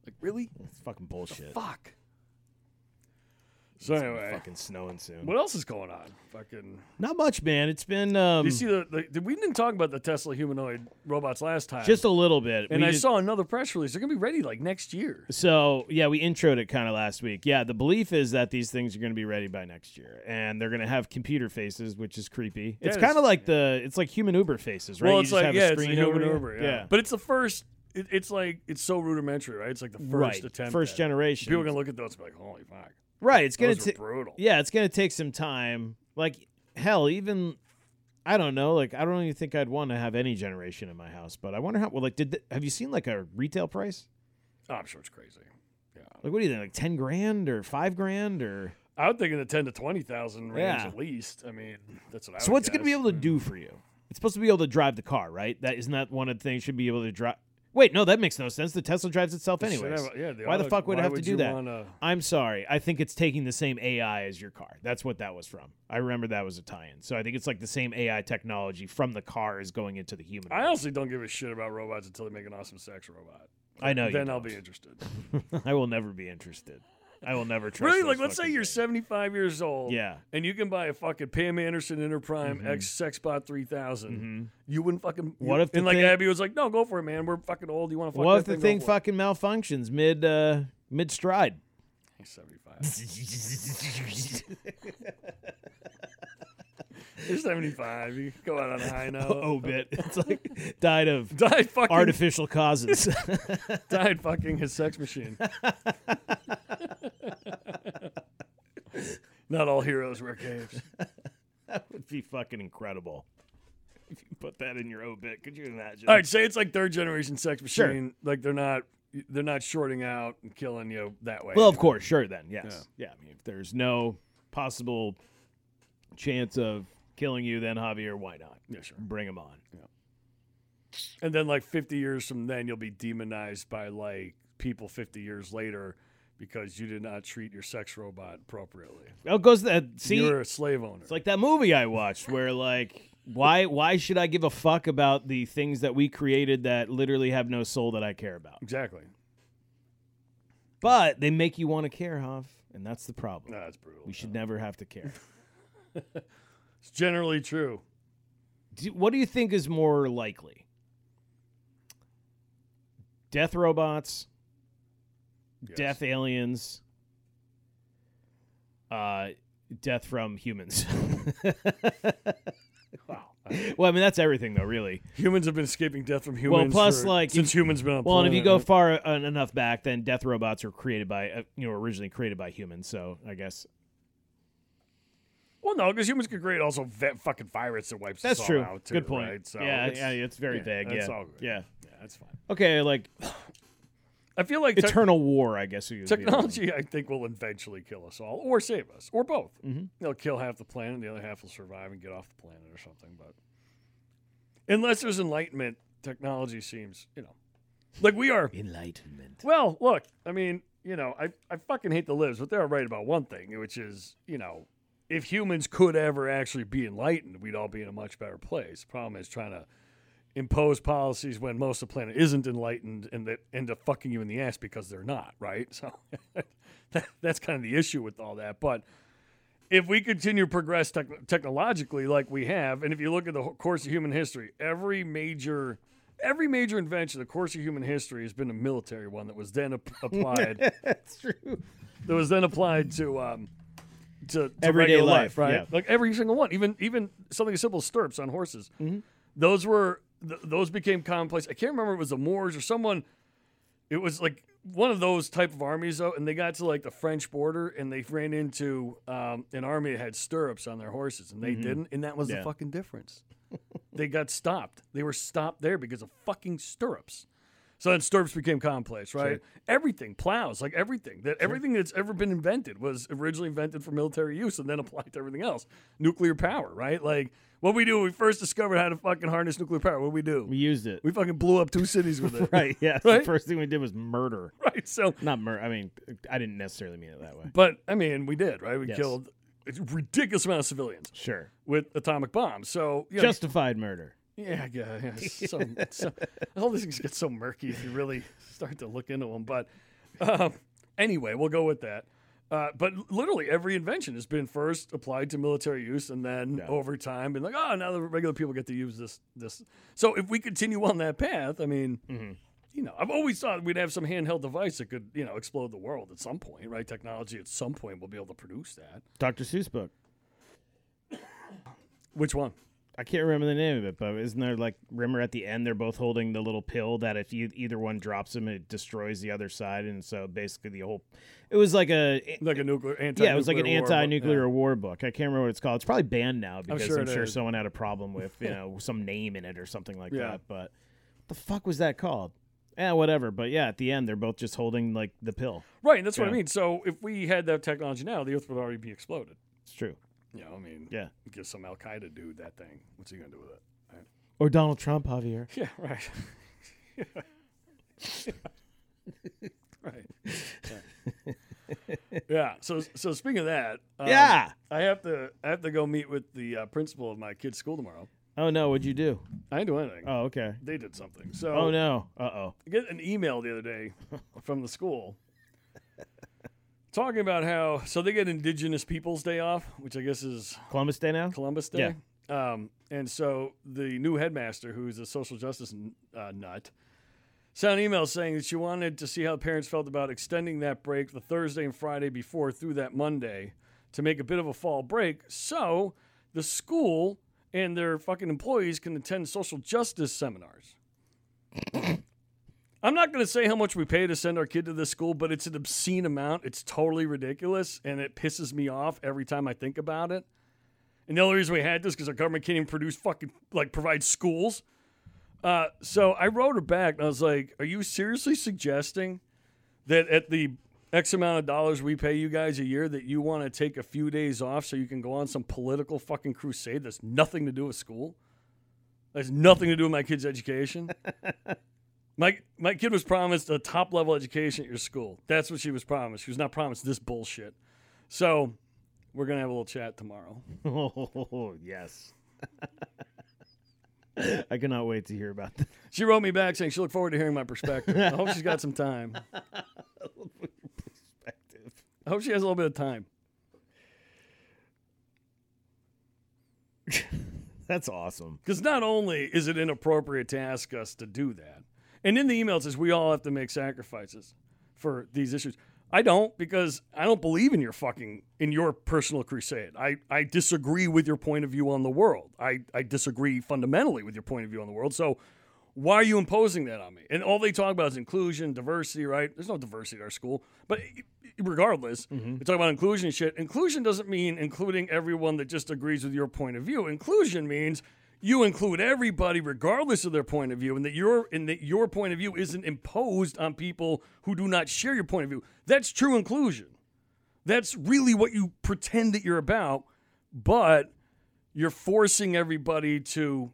S2: Like really?
S3: It's fucking bullshit.
S2: Fuck. So anyway,
S3: Fucking snowing soon.
S2: what else is going on? Fucking.
S3: Not much, man. It's been um
S2: you see the, the, did- we didn't talk about the Tesla humanoid robots last time.
S3: just a little bit.
S2: and
S3: We
S2: I
S3: just-
S2: saw another press release. They're gonna be ready like next year.
S3: So yeah, we introed it kind of last week. Yeah, the belief is that these things are going to be ready by next year, and they're going to have computer faces, which is creepy. it's
S2: That
S3: kind
S2: is-
S3: of like the it's like human Uber faces, right?
S2: Well,
S3: You
S2: it's
S3: just
S2: like
S3: have
S2: yeah,
S3: a
S2: it's a
S3: screen
S2: human
S3: over you.
S2: Uber, yeah. But it's the first. It, it's like it's so rudimentary, right? It's like the first
S3: right,
S2: attempt.
S3: first
S2: at it.
S3: generation.
S2: People are gonna look at those and be like, "Holy fuck!"
S3: right, it's going
S2: Those
S3: to
S2: are brutal.
S3: yeah, it's going to take some time. Like hell, even I don't know. Like I don't even think I'd want to have any generation in my house, but I wonder how. Well, like did th- have you seen like a retail price?
S2: Oh, I'm sure it's crazy. Yeah,
S3: Like what do you think? Like ten grand or five grand or
S2: I would think in the ten to twenty thousand range
S3: Yeah.
S2: at least. I mean, that's what I.
S3: So
S2: would
S3: what's it going to be
S2: guess.
S3: able to do for you? It's supposed to be able to drive the car, right? That isn't that one of the things should be able to drive. Wait, no, that makes no sense. The Tesla drives itself
S2: It should
S3: anyways.
S2: have- yeah, they
S3: why the
S2: oughta-
S3: fuck would it
S2: why
S3: have to
S2: would
S3: do
S2: you
S3: that?
S2: wanna-
S3: I'm sorry. I think it's taking the same AI as your car. That's what that was from. I remember that was a tie-in. So I think it's like the same AI technology from the car is going into the human.
S2: I honestly don't give a shit about robots until they make an awesome sex robot.
S3: I know you
S2: Then I'll
S3: don't.
S2: be interested.
S3: I will never be interested. I will never trust.
S2: Really?
S3: those
S2: Like, let's say
S3: fucking
S2: you're
S3: things.
S2: 75 years old.
S3: Yeah. Mm-hmm.
S2: And you can buy a fucking Pam Anderson Interprime X Sexbot 3000. You wouldn't fucking.
S3: What
S2: you-
S3: if the
S2: And like
S3: thing-
S2: Abby was like, no, go for it, man. We're fucking old. You want to fuck
S3: What
S2: that
S3: if the
S2: Go
S3: thing
S2: for it."
S3: fucking malfunctions mid uh, mid stride?
S2: He's 75. You're 75. You go out on a high note.
S3: oh, bit. It's like died of
S2: Died fucking.
S3: artificial causes.
S2: died fucking his sex machine. Not all heroes wear capes.
S3: that would be fucking incredible. If you put that in your obit, could you imagine?
S2: All right, say it's like third generation sex
S3: Sure.
S2: machine. Like they're not they're not shorting out and killing you that way.
S3: Well, of course, sure. Then yes, yeah. I mean, if there's no possible chance of killing you, then Javier, why not?
S2: Yeah, sure.
S3: Bring him on.
S2: And then like 50 years from then you'll be demonized by like people 50 years later because you did not treat your sex robot appropriately.
S3: Oh, goes that. See,
S2: you were a slave owner.
S3: It's like that movie I watched where like why why should I give a fuck about the things that we created that literally have no soul that I care about?
S2: exactly.
S3: But they make you want to care, Hoff, and that's the problem.
S2: No, that's brutal.
S3: We should never have to care.
S2: It's generally true.
S3: Do, what do you think is more likely? Death robots,
S2: Yes.
S3: death aliens, uh death from humans.
S2: Wow.
S3: well, I mean that's everything though, really.
S2: Humans have been escaping death from humans.
S3: plus,
S2: for-
S3: like,
S2: since humans been on
S3: Well, and if you go
S2: planet.
S3: far en- enough back, then death robots were created by uh, you know originally created by humans. So I guess
S2: well, no, because humans could create also ve- fucking virus that wipes us
S3: that's
S2: all
S3: true.
S2: out. Too,
S3: Good point.
S2: right? So
S3: yeah,
S2: it's,
S3: yeah, it's very
S2: yeah,
S3: vague.
S2: that's
S3: yeah,
S2: all good.
S3: yeah.
S2: yeah, that's fine.
S3: Okay, like
S2: I feel like tech-
S3: eternal war. I guess would be the other one.
S2: technology, I think, will eventually kill us all or save us or both.
S3: Mm-hmm.
S2: They'll kill half the planet, the other half will survive and get off the planet or something. But unless there's enlightenment, technology seems, you know, like we are.
S3: Enlightenment.
S2: Well, look, I mean, you know, I, I fucking hate the libs, but they're right about one thing, which is, you know, if humans could ever actually be enlightened, we'd all be in a much better place. The problem is trying to impose policies when most of the planet isn't enlightened and that end up fucking you in the ass because they're not, right? So that, that's kind of the issue with all that. But if we continue to progress tech- technologically like we have, and if you look at the whole course of human history, every major every major invention in the course of human history has been a military one that was then ap- applied
S3: That's true.
S2: that was then applied to um to, to
S3: Everyday
S2: regular
S3: life,
S2: right?
S3: yeah.
S2: Like every single one, even even something as simple as stirrups on horses.
S3: Mm-hmm.
S2: Those were th- those became commonplace. I can't remember if it was the Moors or someone. It was like one of those type of armies though, and they got to like the French border and they ran into um, an army that had stirrups on their horses, and they didn't, and that was the
S3: Mm-hmm. Yeah.
S2: fucking difference. they got stopped. They were stopped there because of fucking stirrups. So then stirrups became commonplace, right? Everything, plows, like everything that everything that's ever been invented was originally invented for military use and then applied to everything else. Nuclear power, right? Like what we do, when we first discovered how to fucking harness nuclear power. What we do?
S3: We used it.
S2: We fucking blew up two cities with it.
S3: right. Yeah.
S2: Right?
S3: The first thing we did was murder.
S2: Right. So
S3: Not murder. I mean, I didn't necessarily mean it that way.
S2: but I mean we did, right? We
S3: Yes.
S2: killed a ridiculous amount of civilians
S3: Sure.
S2: with atomic bombs. So you know,
S3: Justified murder.
S2: Yeah, yeah, yeah. it's So, so, all these things get so murky if you really start to look into them. But um, anyway, we'll go with that. Uh, but literally every invention has been first applied to military use, and then over time, been like, oh, now the regular people get to use this. This. So if we continue on that path, I mean,
S3: Mm-hmm.
S2: you know, I've always thought we'd have some handheld device that could, you know, explode the world at some point, right? Technology at some point will be able to produce that.
S3: Dr. Seuss book.
S2: Which one?
S3: I can't remember the name of it, but isn't there like remember at the end they're both holding the little pill that if you, either one drops them it destroys the other side, and so basically the whole it was like a
S2: Like a nuclear anti.
S3: yeah it was like an
S2: war, but-
S3: anti-nuclear
S2: yeah.
S3: war book. I can't remember what it's called. It's probably banned now because I'm
S2: sure
S3: sure,
S2: it is.
S3: someone had a problem with you know some name in it or something like
S2: Yeah.
S3: that. But what the fuck was that called? Yeah, whatever. But yeah, at the end they're both just holding like the pill.
S2: Right, and that's what I
S3: Yeah.
S2: mean. So if we had that technology now, the Earth would already be exploded.
S3: It's true.
S2: You know, I mean,
S3: Yeah.
S2: give some Al Qaeda dude that thing. What's he gonna do with it? Right?
S3: Or Donald Trump, Javier.
S2: Yeah, right. right. Yeah. Yeah, So, so speaking of that, um,
S3: Yeah.
S2: I have to, I have to go meet with the uh, principal of my kid's school tomorrow.
S3: Oh no, what'd you do?
S2: I didn't do anything.
S3: Oh okay.
S2: they did something. So,
S3: Oh no. Uh oh.
S2: I get an email the other day from the school talking about how so they get Indigenous Peoples Day off, which I guess is
S3: Columbus Day now.
S2: Columbus Day. Um, and so the new headmaster, who's a social justice n- uh, nut, sent an email saying that she wanted to see how parents felt about extending that break the Thursday and Friday before through that Monday to make a bit of a fall break so the school and their fucking employees can attend social justice seminars. I'm not going to say how much we pay to send our kid to this school, but it's an obscene amount. It's totally ridiculous, and it pisses me off every time I think about it. And the only reason we had this because our government can't even produce fucking like provide schools. Uh, so I wrote her back and I was like, "Are you seriously suggesting that at the X amount of dollars we pay you guys a year that you want to take a few days off so you can go on some political fucking crusade that's nothing to do with school? That's nothing to do with my kid's education." My, my kid was promised a top level education at your school. That's what she was promised. She was not promised this bullshit. So, we're going to have a little chat tomorrow.
S3: Oh yes. I cannot wait to hear about that.
S2: She wrote me back saying she looked forward to hearing my perspective. I hope she's got some time. I hope she has a little bit of time.
S3: That's awesome.
S2: Because not only is it inappropriate to ask us to do that, and in the email it says we all have to make sacrifices for these issues. I don't because I don't believe in your fucking in your personal crusade. I, I disagree with your point of view on the world. I, I disagree fundamentally with your point of view on the world. So why are you imposing that on me? And all they talk about is inclusion, diversity, right? There's no diversity at our school. But i- i- regardless, we talk about inclusion and shit. Inclusion doesn't mean including everyone that just agrees with your point of view. Inclusion means you include everybody regardless of their point of view and that your and that your point of view isn't imposed on people who do not share your point of view. That's true inclusion. That's really what you pretend that you're about, but you're forcing everybody to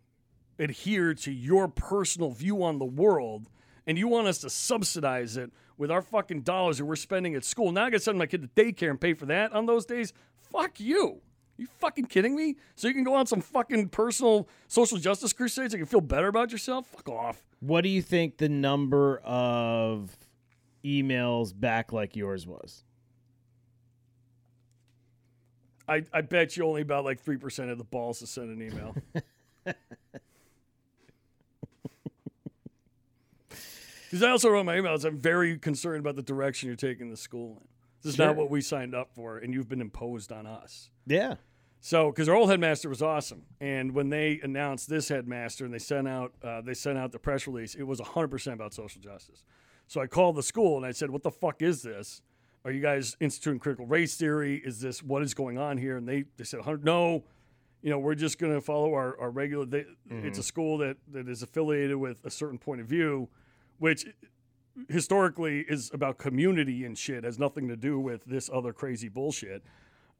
S2: adhere to your personal view on the world and you want us to subsidize it with our fucking dollars that we're spending at school. Now I gotta send my kid to daycare and pay for that on those days? Fuck you. You fucking kidding me? So you can go on some fucking personal social justice crusades and you feel better about yourself? Fuck off.
S3: What do you think the number of emails back like yours was?
S2: I, I bet you only about like 3% of the balls to send an email. Because I also wrote my emails. I'm very concerned about the direction you're taking the school in. This is
S3: Sure.
S2: not what we signed up for, and you've been imposed on us.
S3: Yeah.
S2: So, because our old headmaster was awesome, and when they announced this headmaster and they sent out uh, they sent out the press release, it was 100 percent about social justice. So I called the school and I said, "What the fuck is this? Are you guys instituting critical race theory? Is this what is going on here?" And they they said, "Hun- "No, you know, we're just going to follow our our regular. They, It's a school that that is affiliated with a certain point of view, which." Historically, is about community and shit has nothing to do with this other crazy bullshit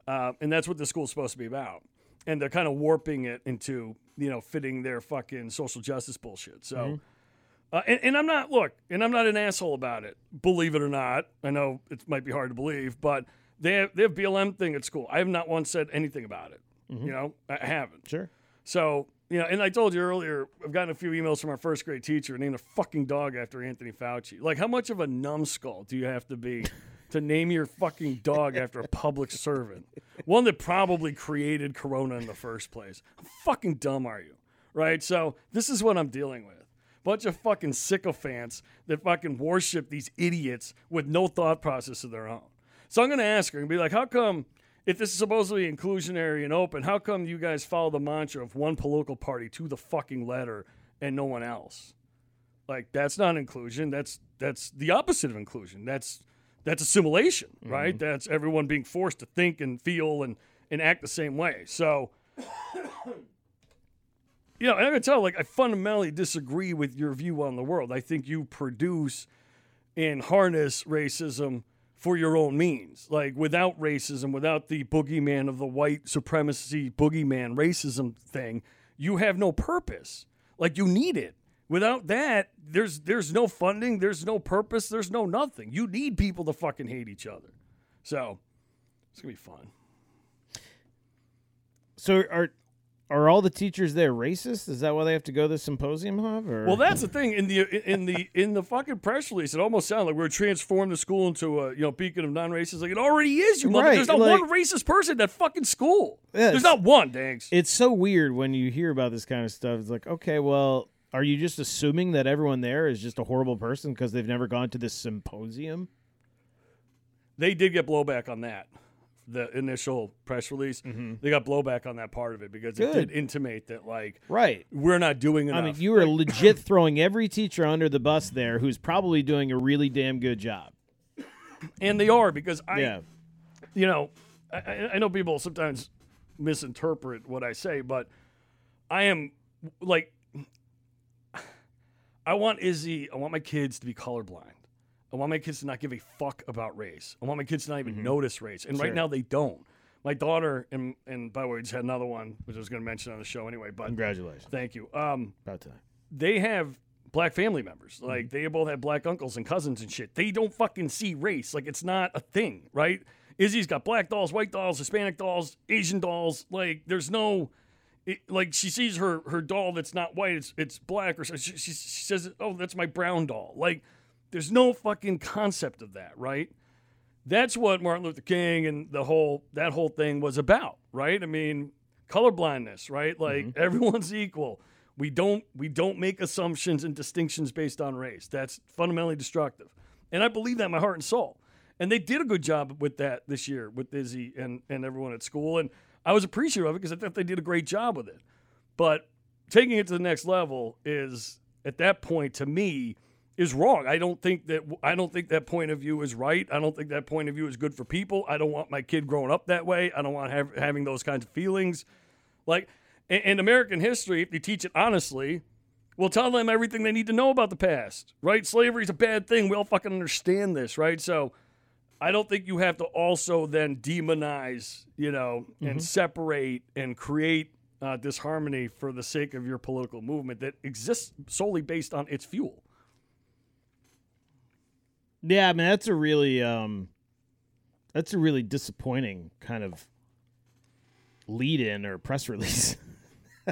S2: uh, and that's what the school's supposed to be about. And they're kind of warping it into you know fitting their fucking social justice bullshit. So, uh, and, and I'm not look, and I'm not an asshole about it. Believe it or not, I know it might be hard to believe, but they have, they have BLM thing at school. I have not once said anything about it. You know, I I haven't.
S3: Sure.
S2: So, you know, and I told you earlier, I've gotten a few emails from our first grade teacher named a fucking dog after Anthony Fauci. Like, how much of a numbskull do you have to be to name your fucking dog after a public servant? One that probably created Corona in the first place. How fucking dumb are you? Right? So, this is what I'm dealing with. Bunch of fucking sycophants that fucking worship these idiots with no thought process of their own. So I'm going to ask her and be like, how come, if this is supposedly inclusionary and open, how come you guys follow the mantra of one political party to the fucking letter and no one else? Like that's not inclusion. That's that's the opposite of inclusion. That's that's assimilation, right? That's everyone being forced to think and feel and and act the same way. So. You know, and I'm gonna tell like I fundamentally disagree with your view on the world. I think you produce and harness racism for your own means. Like without racism, without the boogeyman of the white supremacy boogeyman racism thing, you have no purpose. Like you need it. Without that, there's there's no funding, there's no purpose, there's no nothing. You need people to fucking hate each other. So it's gonna be fun.
S3: So are are all the teachers there racist? Is that why they have to go to the symposium, Hav? Or?
S2: Well, that's the thing in the in the in the fucking press release. It almost sounded like we are transforming the school into a you know beacon of non-racism. Like it already is. You mother.
S3: Right,
S2: There's not
S3: like-
S2: one racist person at that fucking school.
S3: Yeah,
S2: There's
S3: it's-
S2: not one. Thanks.
S3: it's so weird when you hear about this kind of stuff. It's like, okay, well, are you just assuming that everyone there is just a horrible person because they've never gone to this symposium?
S2: they did get blowback on that. The initial press release, they got blowback on that part of it because it
S3: Mm-hmm. Good.
S2: did intimate that like
S3: Right.
S2: we're not doing enough.
S3: I mean, you are legit throwing every teacher under the bus there who's probably doing a really damn good job.
S2: and they are because I,
S3: yeah.
S2: you know, I- I, I know people sometimes misinterpret what I say, but I am like, I want Izzy, I want my kids to be colorblind. I want my kids to not give a fuck about race. I want my kids to not even notice race. And right
S3: Sure.
S2: now they don't. My daughter, and, and by the way, we just had another one, which I was going to mention on the show anyway, but
S3: Congratulations.
S2: thank you. Um,
S3: About time.
S2: they have black family members. Like they both have black uncles and cousins and shit. They don't fucking see race. Like it's not a thing, right? Izzy's got black dolls, white dolls, Hispanic dolls, Asian dolls. Like there's no, it, like she sees her her doll that's not white. It's it's black or so- she, she, she says, oh, that's my brown doll. Like there's no fucking concept of that, right? That's what Martin Luther King and the whole that whole thing was about, right? I mean, colorblindness, right? Like everyone's equal. We don't we don't make assumptions and distinctions based on race. That's fundamentally destructive. And I believe that in my heart and soul. And they did a good job with that this year with Izzy and, and everyone at school. And I was appreciative of it because I thought they did a great job with it. But taking it to the next level is at that point to me is wrong. I don't think that I don't think that point of view is right. I don't think that point of view is good for people. I don't want my kid growing up that way. I don't want have, having those kinds of feelings. Like in, in American history, if you teach it honestly, we'll tell them everything they need to know about the past. Right? Slavery's a bad thing. We all fucking understand this, right? So I don't think you have to also then demonize, you know, and separate and create uh, disharmony for the sake of your political movement that exists solely based on its fuel.
S3: Yeah, I mean that's a really um that's a really disappointing kind of lead in or press release.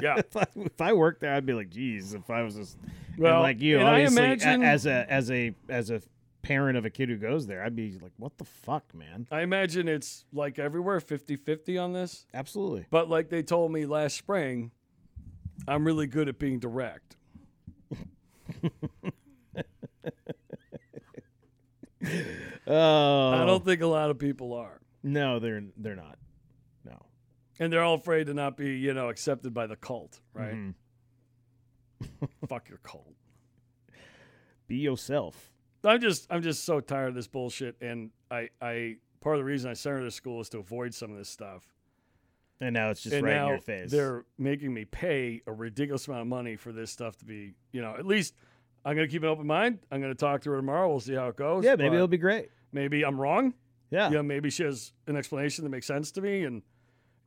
S2: Yeah.
S3: if, I, if I worked there, I'd be like, geez, if I was just and
S2: Well,
S3: like you,
S2: and I
S3: obviously, a-
S2: imagine-
S3: as a as a as a parent of a kid who goes there, I'd be like, what the fuck, man?
S2: I imagine it's like everywhere 50 50 on this.
S3: Absolutely.
S2: But like they told me last spring, I'm really good at being direct.
S3: Oh,
S2: I don't think a lot of people are.
S3: no, they're they're not. No.
S2: And they're all afraid to not be, you know, accepted by the cult, right?
S3: Mhm. Mm-hmm.
S2: Fuck your cult.
S3: Be yourself.
S2: I'm just I'm just so tired of this bullshit and I I part of the reason I sent her to school is to avoid some of this stuff.
S3: And now it's just
S2: and
S3: right
S2: now
S3: in your face.
S2: They're making me pay a ridiculous amount of money for this stuff to be, you know, at least I'm gonna keep an open mind. I'm gonna talk to her tomorrow. We'll see how it goes.
S3: yeah, maybe
S2: but
S3: it'll be great.
S2: maybe I'm wrong.
S3: Yeah.
S2: you know, maybe she has an explanation that makes sense to me. And,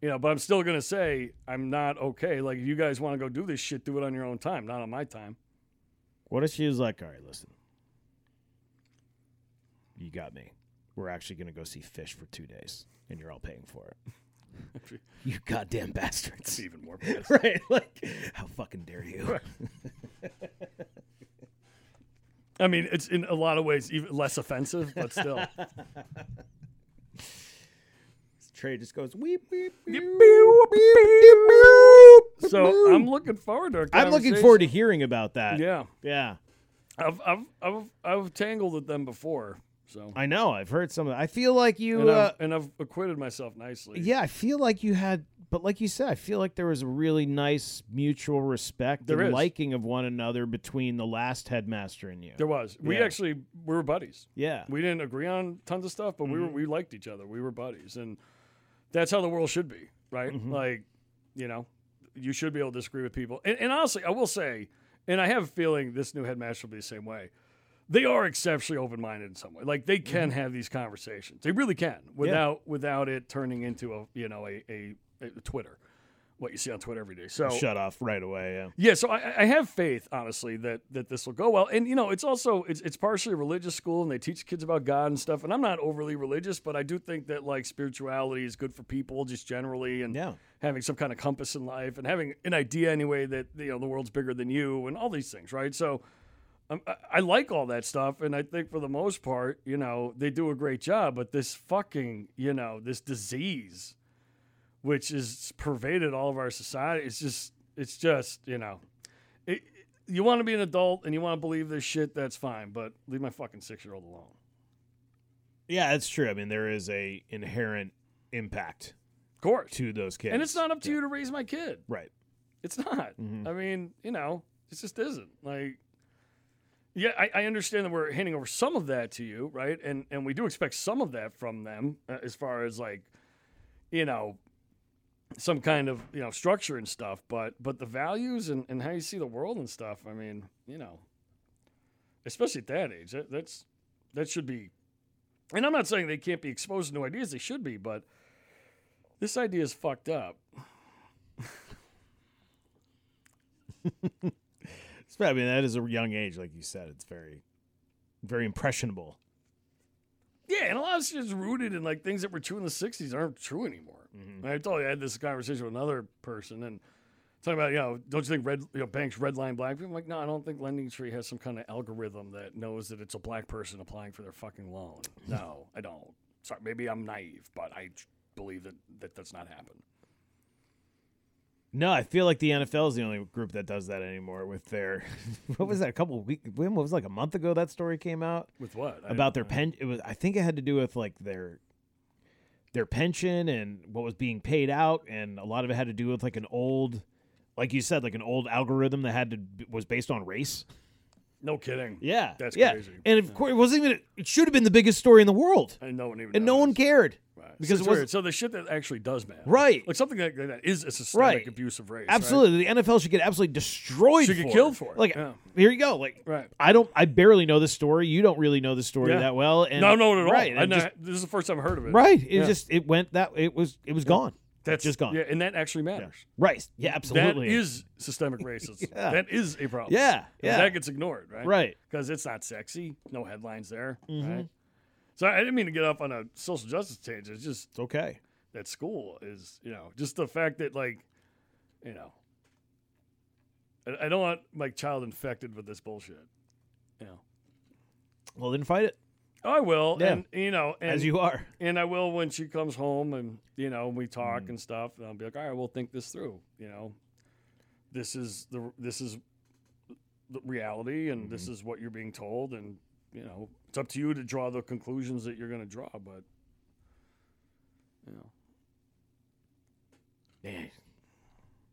S2: you know, but I'm still going to say I'm not okay. Like, if you guys want to go do this shit, do it on your own time, not on my time.
S3: What if she was like, all right, listen, you got me. We're actually going to go see fish for two days, and you're all paying for it. you goddamn
S2: It's
S3: bastards.
S2: even more pissed.
S3: right? Like, how fucking dare you?
S2: I mean, it's in a lot of ways even less offensive, but still.
S3: Trey just goes, weep, weep, weep.
S2: so I'm looking forward to our
S3: I'm looking forward to hearing about that.
S2: Yeah.
S3: Yeah.
S2: I've, I've, I've, I've tangled with them before. So,
S3: I know. I've heard some of that. I feel like you.
S2: and,
S3: Uh,
S2: I've, and I've acquitted myself nicely.
S3: yeah, I feel like you had, but like you said, I feel like there was a really nice mutual respect
S2: There
S3: and
S2: is.
S3: liking of one another between the last headmaster and you.
S2: There was. We
S3: Yeah.
S2: actually we were buddies.
S3: Yeah.
S2: We didn't agree on tons of stuff, but we were we liked each other. We were buddies, and that's how the world should be, right? Like, you know, you should be able to disagree with people. And, and honestly, I will say, and I have a feeling this new headmaster will be the same way. They are exceptionally open minded in some way. Like they can have these conversations. They really can without without it turning into a you know a, a, a Twitter what you see on Twitter every day. So
S3: Shut off right away. Yeah.
S2: yeah, so I, I have faith, honestly, that that this will go well. And you know, it's also it's it's partially a religious school, and they teach kids about God and stuff. And I'm not overly religious, but I do think that like spirituality is good for people just generally, and
S3: Yeah.
S2: having some kind of compass in life, and having an idea anyway that you know the world's bigger than you, and all these things, right? So. um, I I like all that stuff, and I think for the most part, you know, they do a great job. But this fucking, you know, this disease, which is pervaded all of our society, it's just, it's just, you know, it, you want to be an adult and you want to believe this shit, that's fine. But leave my fucking six year old alone.
S3: Yeah, it's true. I mean, there is a inherent impact
S2: Of course.
S3: to those kids.
S2: And it's not up to
S3: Yeah.
S2: you to raise my kid.
S3: Right.
S2: It's not.
S3: Mhm.
S2: I mean, you know, it just isn't. Like, yeah, I, I understand that we're handing over some of that to you, right? And and we do expect some of that from them uh, as far as like, you know, some kind of you know structure and stuff. But but the values and and how you see the world and stuff. I mean, you know, especially at that age, that, that's that should be. And I'm not saying they can't be exposed to new ideas; they should be. But this idea is fucked up.
S3: It's I mean, that is a young age, like you said. It's very, very impressionable.
S2: Yeah, and a lot of shit is rooted in like things that were true in the '60s aren't true anymore. And I told you I had this conversation with another person and talking about you know don't you think red you know banks redline black people? I'm like no, I don't think Lending Tree has some kind of algorithm that knows that it's a black person applying for their fucking loan. No, I don't. Sorry, maybe I'm naive, but I tr- believe that, that that's not happened.
S3: No, I feel like the NFL is the only group that does that anymore. With their, what was that? A couple of weeks? When was it, like a month ago that story came out
S2: With what I
S3: about their
S2: don't know.
S3: pen? It was. I think it had to do with like their, their pension and what was being paid out, and a lot of it had to do with like an old, like you said, like an old algorithm that had to was based on race.
S2: No kidding.
S3: Yeah,
S2: That's
S3: yeah.
S2: crazy.
S3: And of course, it wasn't even. It should have been the biggest story in the world,
S2: And no one even
S3: and no one
S2: noticed.
S3: cared
S2: Right.
S3: because
S2: So
S3: it
S2: it's
S3: was
S2: weird. so the shit that actually does matter.
S3: Right.
S2: Like something that, that is a systemic
S3: Right.
S2: abuse of race. right?
S3: Absolutely, the NFL should get absolutely destroyed.
S2: Should get
S3: for
S2: killed
S3: it.
S2: for it,
S3: Like,
S2: yeah.
S3: here you go. Like,
S2: Right.
S3: I don't. I barely know this story. You don't really know the story
S2: Yeah.
S3: that well. And
S2: No, no, not at
S3: right,
S2: all. I
S3: and
S2: know,
S3: just-
S2: this is the first time I've heard of it.
S3: right. It
S2: Yeah.
S3: just it went that. It was it was gone.
S2: That's
S3: just gone.
S2: Yeah, and that actually matters.
S3: Right. Yeah. Absolutely.
S2: That is systemic racism.
S3: Yeah.
S2: That is a problem.
S3: Yeah,
S2: And
S3: yeah.
S2: That gets ignored, right?
S3: Right. Mm-hmm.
S2: Because it's not sexy. No headlines there. Right. So I didn't mean to get off on a social justice tangent. It's just
S3: It's okay.
S2: that school is, you know, just the fact that like, you know, I, I don't want my child infected with this bullshit. You know.
S3: Well, then fight it
S2: Oh, I will,
S3: Yeah.
S2: and you know, and
S3: as you are.
S2: and I will when she comes home and you know we talk and stuff and I'll be like all right we'll think this through you know this is the this is the reality and this is what you're being told and you know it's up to you to draw the conclusions that you're going to draw but you know
S3: Man,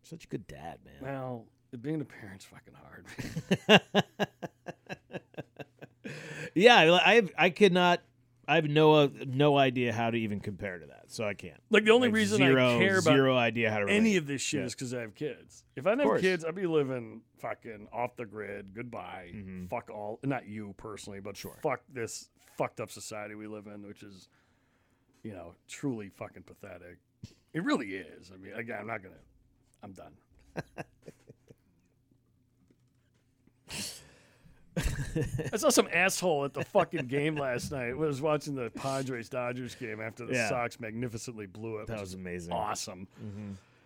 S3: such a good dad, man.
S2: now being a parent's fucking hard
S3: Yeah. I I have, I could not. I have no uh, no idea how to even compare to that, so I can't.
S2: like the only
S3: Like,
S2: reason
S3: zero,
S2: I care about
S3: zero idea how to
S2: any
S3: relate.
S2: of this shit is because I have kids. If I didn't have
S3: course.
S2: kids, I'd be living fucking off the grid. Goodbye.
S3: Mm-hmm.
S2: Fuck all. Not you personally, but fuck this fucked up society we live in, which is, you know, truly fucking pathetic. It really is. I mean, again, I'm not gonna. I'm done. I saw some asshole at the fucking game last night. I was watching the Padres Dodgers game after the
S3: Yeah.
S2: Sox magnificently blew it.
S3: That
S2: which
S3: was
S2: is
S3: amazing.
S2: awesome.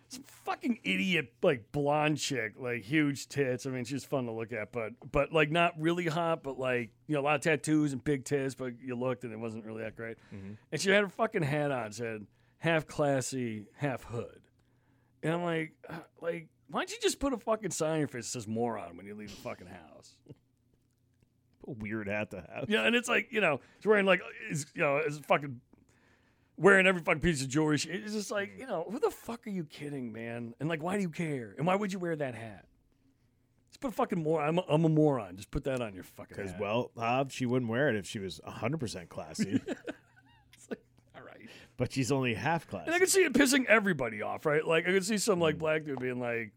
S2: Some fucking idiot, like blonde chick, like huge tits. I mean, she's fun to look at, but but like not really hot, but like you know, a lot of tattoos and big tits. But you looked and it wasn't really that great. And she had her fucking hat on, said half classy, half hood. And I'm like, uh, like, why don't you just put a fucking sign on your face that says moron when you leave the fucking house?
S3: Weird hat to have.
S2: Yeah, and it's like you know, she's wearing like is you know, is fucking wearing every fucking piece of jewelry. She- It's just like you know, who the fuck are you kidding, man? And like, why do you care? And why would you wear that hat? Just put a fucking moron. I'm a, I'm a moron. Just put that on your fucking.
S3: Because
S2: hat.
S3: well, Hav, she wouldn't wear it if she was hundred percent classy,
S2: all right.
S3: but she's only half classy.
S2: And I can see it pissing everybody off, right? Like I could see some
S3: Mm.
S2: like black dude being like,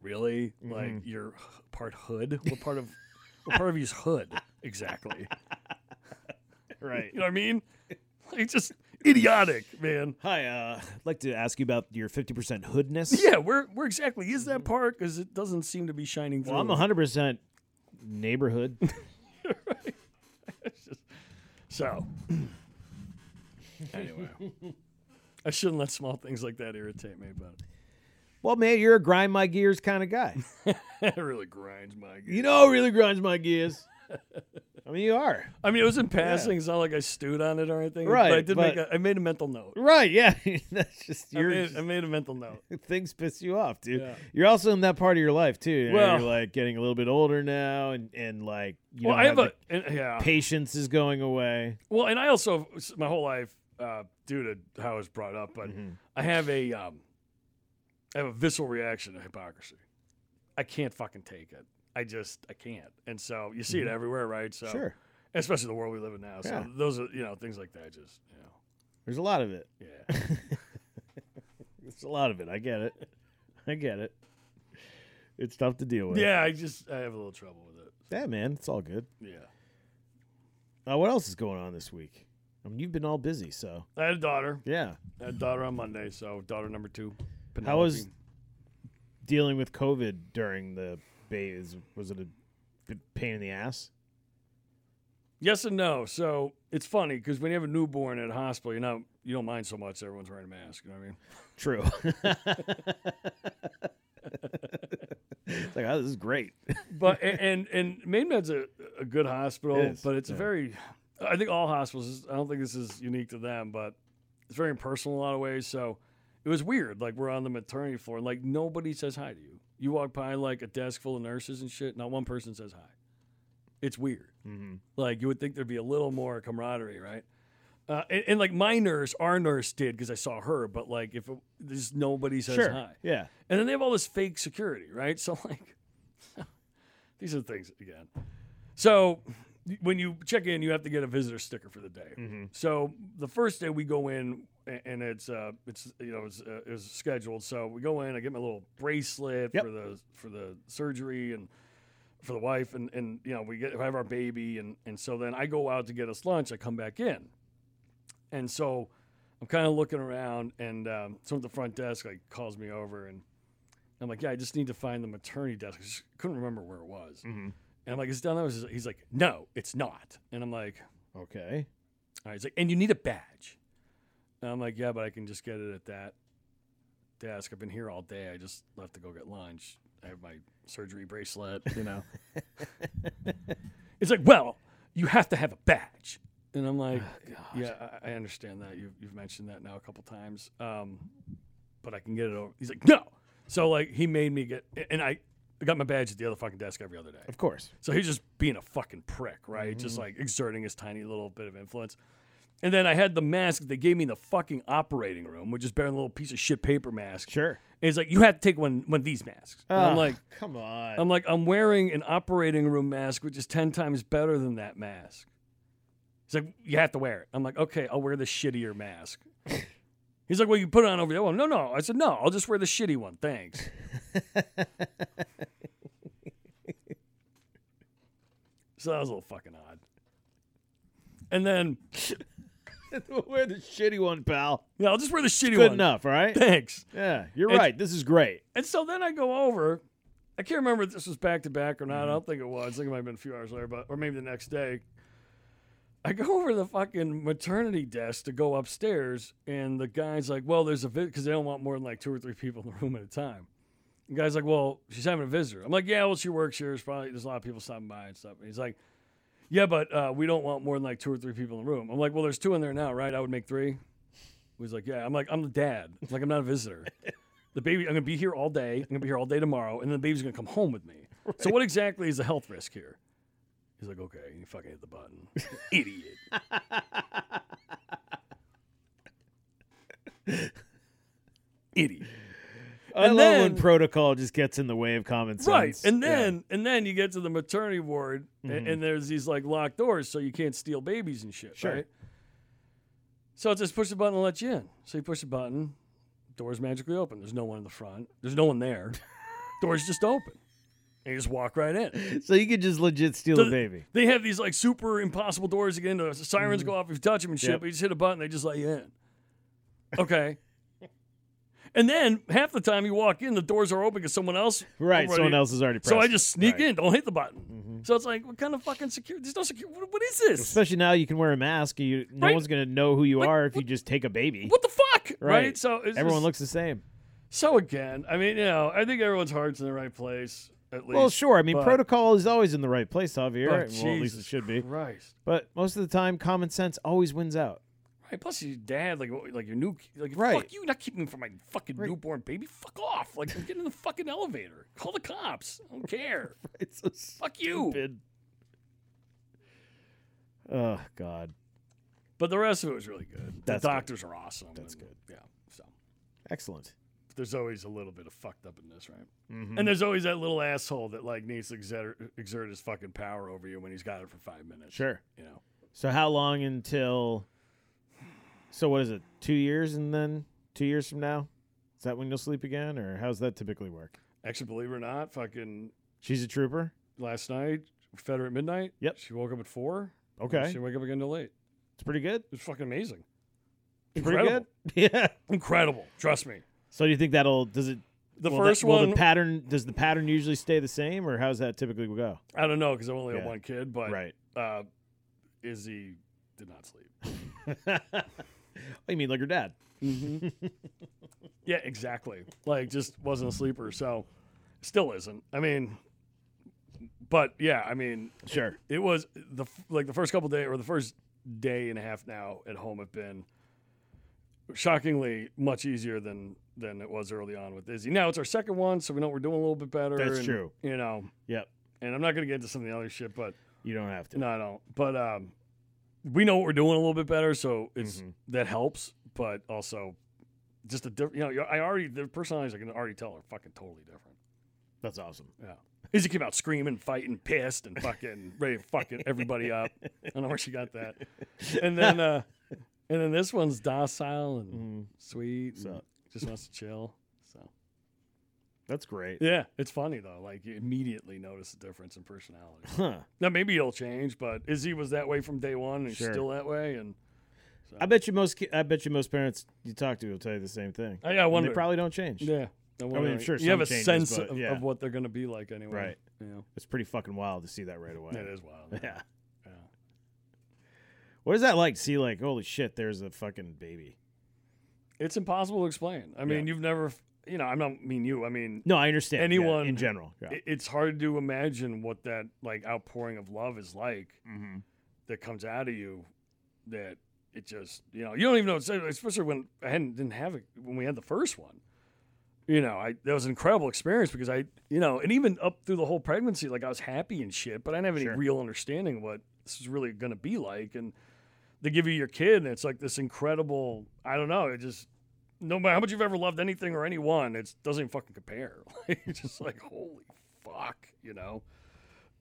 S2: "Really?
S3: Mm-hmm.
S2: Like you're part hood? What part of? what part of you's hood exactly?
S3: right?
S2: You know what I mean? Like just idiotic, man.
S3: Hi, uh, I'd like to ask you about your 50% hoodness.
S2: Yeah, where where exactly is that park? Because it doesn't seem to be shining through.
S3: Mm-hmm. Well, I'm 100% neighborhood.
S2: so anyway, I shouldn't let small things like that irritate me, but
S3: well, man, you're a grind my gears kind of guy.
S2: it really grinds my. Gears.
S3: You know, it really grinds my gears. I mean, you are.
S2: I mean, it was in passing. It's not like I stewed on it or anything.
S3: Right,
S2: But I did make.
S3: but-
S2: A, I made a mental note.
S3: Right, yeah. That's just,
S2: I
S3: you're
S2: made, I made a mental note.
S3: things piss you off, dude.
S2: Yeah.
S3: You're also in that part of your life too. You know,
S2: Well-
S3: you're like getting a little bit older now, and and like you
S2: Well,
S3: don't
S2: I have
S3: have
S2: a uh, and- yeah.
S3: the patience is going away.
S2: Well, and I also my whole life, uh, due to how I was brought up, but
S3: Mm-hmm.
S2: I have a um, I have a visceral reaction to hypocrisy. I can't fucking take it. I just I can't. And so you see it everywhere, right? So
S3: Mm-hmm. Sure,
S2: especially the world we live in now. So
S3: Yeah.
S2: those are you know things like that. Just you
S3: there's a lot of it.
S2: know, yeah.
S3: There's a lot of it. I get it. I get it. It's tough to deal with.
S2: yeah, I just I have a little trouble with it.
S3: yeah, man, it's all good.
S2: Yeah,
S3: Uh, what else is going on this week? I mean, you've been all busy, so
S2: I had a daughter.
S3: yeah.
S2: I had a daughter on Monday, so daughter number two.
S3: How was
S2: Penelope.
S3: dealing with COVID during the bay? Is was it a big pain in the ass?
S2: Yes and no. So it's funny because when you have a newborn at a hospital, you know you don't mind so much. Everyone's wearing a mask. You know what I mean?
S3: True. it's like, oh, this is great.
S2: but a- and and Maine Med's a, a good hospital,
S3: It is,
S2: but it's
S3: yeah.
S2: a very I think all hospitals. I don't think this is unique to them, but it's very impersonal in a lot of ways. So it was weird. Like we're on the maternity floor, and like nobody says hi to you. You walk by like a desk full of nurses and shit. Not one person says hi. It's weird.
S3: Mm-hmm.
S2: Like you would think there'd be a little more camaraderie, right? Uh, and, and like my nurse, our nurse did because I saw her, but like if it, there's nobody says
S3: Sure.
S2: hi.
S3: Yeah.
S2: And then they have all this fake security, right? So like these are the things again. So when you check in, you have to get a visitor sticker for the day. So the first day we go in a- and it's uh it's you know it's uh, it's scheduled. So we go in, I get my little bracelet
S3: Yep.
S2: for the for the surgery and for the wife and and you know we get we have our baby and and so then I go out to get us lunch. I come back in, and so I'm kind of looking around and um, someone at the front desk like calls me over and I'm like, yeah, I just need to find the maternity desk. I just couldn't remember where it was.
S3: Mhm.
S2: And I'm like, it's down there. He's like, no, it's not. And I'm like,
S3: Okay.
S2: all right. He's like, and you need a badge. And I'm like, yeah, but I can just get it at that desk. I've been here all day. I just left to go get lunch. I have my surgery bracelet, you know. it's like, well, you have to have a badge. And I'm like, yeah, I, I understand that. You've, you've mentioned that now a couple times. Um, but I can get it over. He's like, no. So, like, he made me get, and I got my badge at the other fucking desk every other day.
S3: Of course.
S2: So he's just being a fucking prick, right? Just like exerting his tiny little bit of influence. And then I had the mask they gave me in the fucking operating room, which is bearing a little piece of shit paper mask.
S3: Sure. Ah.
S2: And he's like, you have to take one one of these masks. And I'm
S3: Ugh,
S2: like,
S3: come on.
S2: I'm like, I'm wearing an operating room mask, which is ten times better than that mask. He's like, you have to wear it. I'm like, okay, I'll wear the shittier mask. He's like, well, you put it on over there. Well, no, no. I said, no, I'll just wear the shitty one. Thanks. so that was a little fucking odd. And then,
S3: We're the shitty one, pal.
S2: yeah, I'll just wear the shitty
S3: Good
S2: one.
S3: enough, all right?
S2: Thanks.
S3: Yeah, you're
S2: It's-
S3: right. This is great.
S2: And so then I go over. I can't remember if this was back to back or not. I don't think it was. I think it might have been a few hours later, but or maybe the next day. I go over to the fucking maternity desk to go upstairs, and the guy's like, "Well, there's a visit because they don't want more than like two or three people in the room at a time." The guy's like, "Well, she's having a visitor." I'm like, "Yeah, well, she works here. There's probably there's a lot of people stopping by and stuff." And he's like, "Yeah, but uh, we don't want more than like two or three people in the room." I'm like, "Well, there's two in there now, right? I would make three. He's like, "Yeah." I'm like, "I'm the dad. I'm like, I'm not a visitor." the baby i'm gonna be here all day i'm gonna be here all day tomorrow and then the baby's gonna come home with me so what exactly is the health risk here he's like okay and you fucking hit the button idiot idiot
S3: I love
S2: And
S3: when
S2: then-
S3: protocol just gets in the way of common sense.
S2: right and
S3: Yeah. Mm-hmm.
S2: then and then you get to the maternity ward a- and, there's these like locked doors so you can't steal babies and shit
S3: Sure.
S2: right so it's just push the button and let you in so you push the button doors magically open there's no one in the front there's no one there doors just open and you just walk right in.
S3: So you could just legit steal a
S2: Does-
S3: baby.
S2: They have these like super impossible doors again. The sirens go off if you touch them and shit.
S3: Mm-hmm. Yep.
S2: But you just hit a button, they just let you in. Okay. and then half the time you walk in, the doors are open because someone else.
S3: Right.
S2: already-
S3: Someone else is already pressed.
S2: So I just sneak
S3: Right. Mm-hmm.
S2: in. Don't hit the button. So it's like, what kind of fucking security? There's no security. What, what is this?
S3: Especially now you can wear a mask. You, no
S2: Right.
S3: one's going to know who you
S2: Like,
S3: are if you
S2: what-
S3: just take a baby.
S2: What the fuck? Right.
S3: Right.
S2: So it's
S3: Everyone
S2: just-
S3: looks the same.
S2: So again, I mean, you know, I think everyone's heart's in the right place. At least.
S3: Well, sure. I mean,
S2: but-
S3: protocol is always in the right place, Javier.
S2: but
S3: Well, at least it
S2: Oh, Jesus
S3: should be.
S2: Christ.
S3: But most of the time, common sense always wins out.
S2: Right. Plus, your dad, like, what- like your new, like,
S3: Right.
S2: fuck you, not keeping me from my fucking newborn baby. Fuck off. Like, I'm getting in the fucking elevator. Call the cops. I don't care.
S3: It's so
S2: fuck you.
S3: stupid. Oh God,
S2: But the rest of it was really good.
S3: That's
S2: the
S3: good.
S2: doctors are awesome.
S3: That's
S2: and,
S3: good.
S2: Yeah. So
S3: excellent. Mm-hmm.
S2: there's always a little bit of fucked up in this, right? And there's always that little asshole that like needs to exert, exert his fucking power over you when he's got it for five minutes.
S3: Sure.
S2: You know.
S3: So how long until? So what is it? Two years and then two years from now, is that when you'll sleep again, or how's that typically work?
S2: Actually, believe it or not, fucking
S3: She's a trooper.
S2: last night, fed her at midnight.
S3: Yep.
S2: She woke up at four.
S3: Okay,
S2: She woke up again till late.
S3: it's pretty good.
S2: It was fucking amazing.
S3: It's pretty good.
S2: Incredible.
S3: Yeah.
S2: Incredible. Trust me.
S3: So do you think that'll does it?
S2: The
S3: will that-
S2: first
S3: will
S2: one,
S3: the pattern does the pattern usually stay the same, or how's that typically go?
S2: I don't know because I only have
S3: Yeah.
S2: one kid, but
S3: Right.
S2: uh, Izzy did not sleep.
S3: oh, you mean like her dad? Mm-hmm.
S2: Yeah, exactly. Like, just wasn't a sleeper. So, still isn't. I mean, but yeah, I mean,
S3: Sure.
S2: it was the f- like the first couple day or the first day and a half now at home have been shockingly much easier than than it was early on with Izzy. Now it's our second one, so we know we're doing a little bit better.
S3: That's
S2: and,
S3: true.
S2: You know,
S3: Yep.
S2: and I'm not gonna get into some of the other shit, but
S3: You don't have to.
S2: no, I don't. But um, we know what we're doing a little bit better, so it's
S3: Mhm.
S2: that helps. But also, just a different. You know, you're- I already the personalities I can already tell are fucking totally different.
S3: That's awesome.
S2: Yeah. Izzy came out screaming, fighting, pissed, and fucking ready to fucking everybody up. I don't know where she got that. And then, uh, and then this one's docile and
S3: Mm. Mm-hmm.
S2: sweet, and
S3: So-
S2: just wants to chill. So
S3: That's great.
S2: yeah, it's funny though. Like you immediately notice the difference in personality.
S3: Huh.
S2: Now maybe it'll change, but Izzy was that way from day one, and she's
S3: Sure.
S2: still that way. And
S3: I bet you most ki- I bet you most parents you talk to will tell you the same thing.
S2: I, I
S3: And
S2: wonder.
S3: they probably don't change.
S2: yeah, I, wonder.
S3: I'm sure
S2: you have
S3: some
S2: a
S3: changes,
S2: sense
S3: but
S2: of,
S3: yeah.
S2: of what they're going to be like anyway.
S3: Right.
S2: You know?
S3: It's pretty fucking wild to see that right away.
S2: It is wild.
S3: Yeah.
S2: Yeah.
S3: What is that like? to See, like, holy shit, there's a fucking baby.
S2: It's impossible to explain. I mean, you've never, f- you know, I don't mean you. I mean,
S3: No, I understand. Yeah,
S2: Anyone-
S3: in general. Yeah.
S2: it- it's hard to imagine what that like outpouring of love is like
S3: Mhm.
S2: that comes out of you. That it just, you know, you don't even know. it's- Especially when I hadn't didn't have it when we had the first one. You know, I that was an incredible experience because I, you know, and even up through the whole pregnancy, like I was happy and shit, but I didn't have any
S3: Sure.
S2: real understanding of what this is really going to be like. And they give you your kid, and it's like this incredible. I don't know. It just no matter how much you've ever loved anything or anyone, it doesn't even fucking compare. Like, it's just like holy fuck, you know.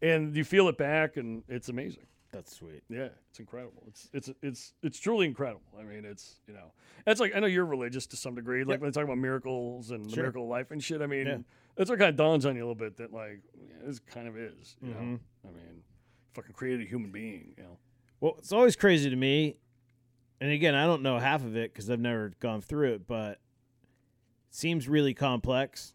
S2: And you feel it back, and it's amazing.
S3: That's sweet.
S2: Yeah, it's incredible. It's it's it's it's truly incredible. I mean, it's you know, that's like I know you're religious to some degree. Like when they talk about miracles and the
S3: Sure.
S2: miracle of life and shit. I mean,
S3: Yeah.
S2: that's what kind of dawns on you a little bit that like yeah, this kind of is. You know,
S3: Mhm.
S2: I mean, fucking created a human being. You know,
S3: Well, it's always crazy to me, and again, I don't know half of it because I've never gone through it, but it seems really complex.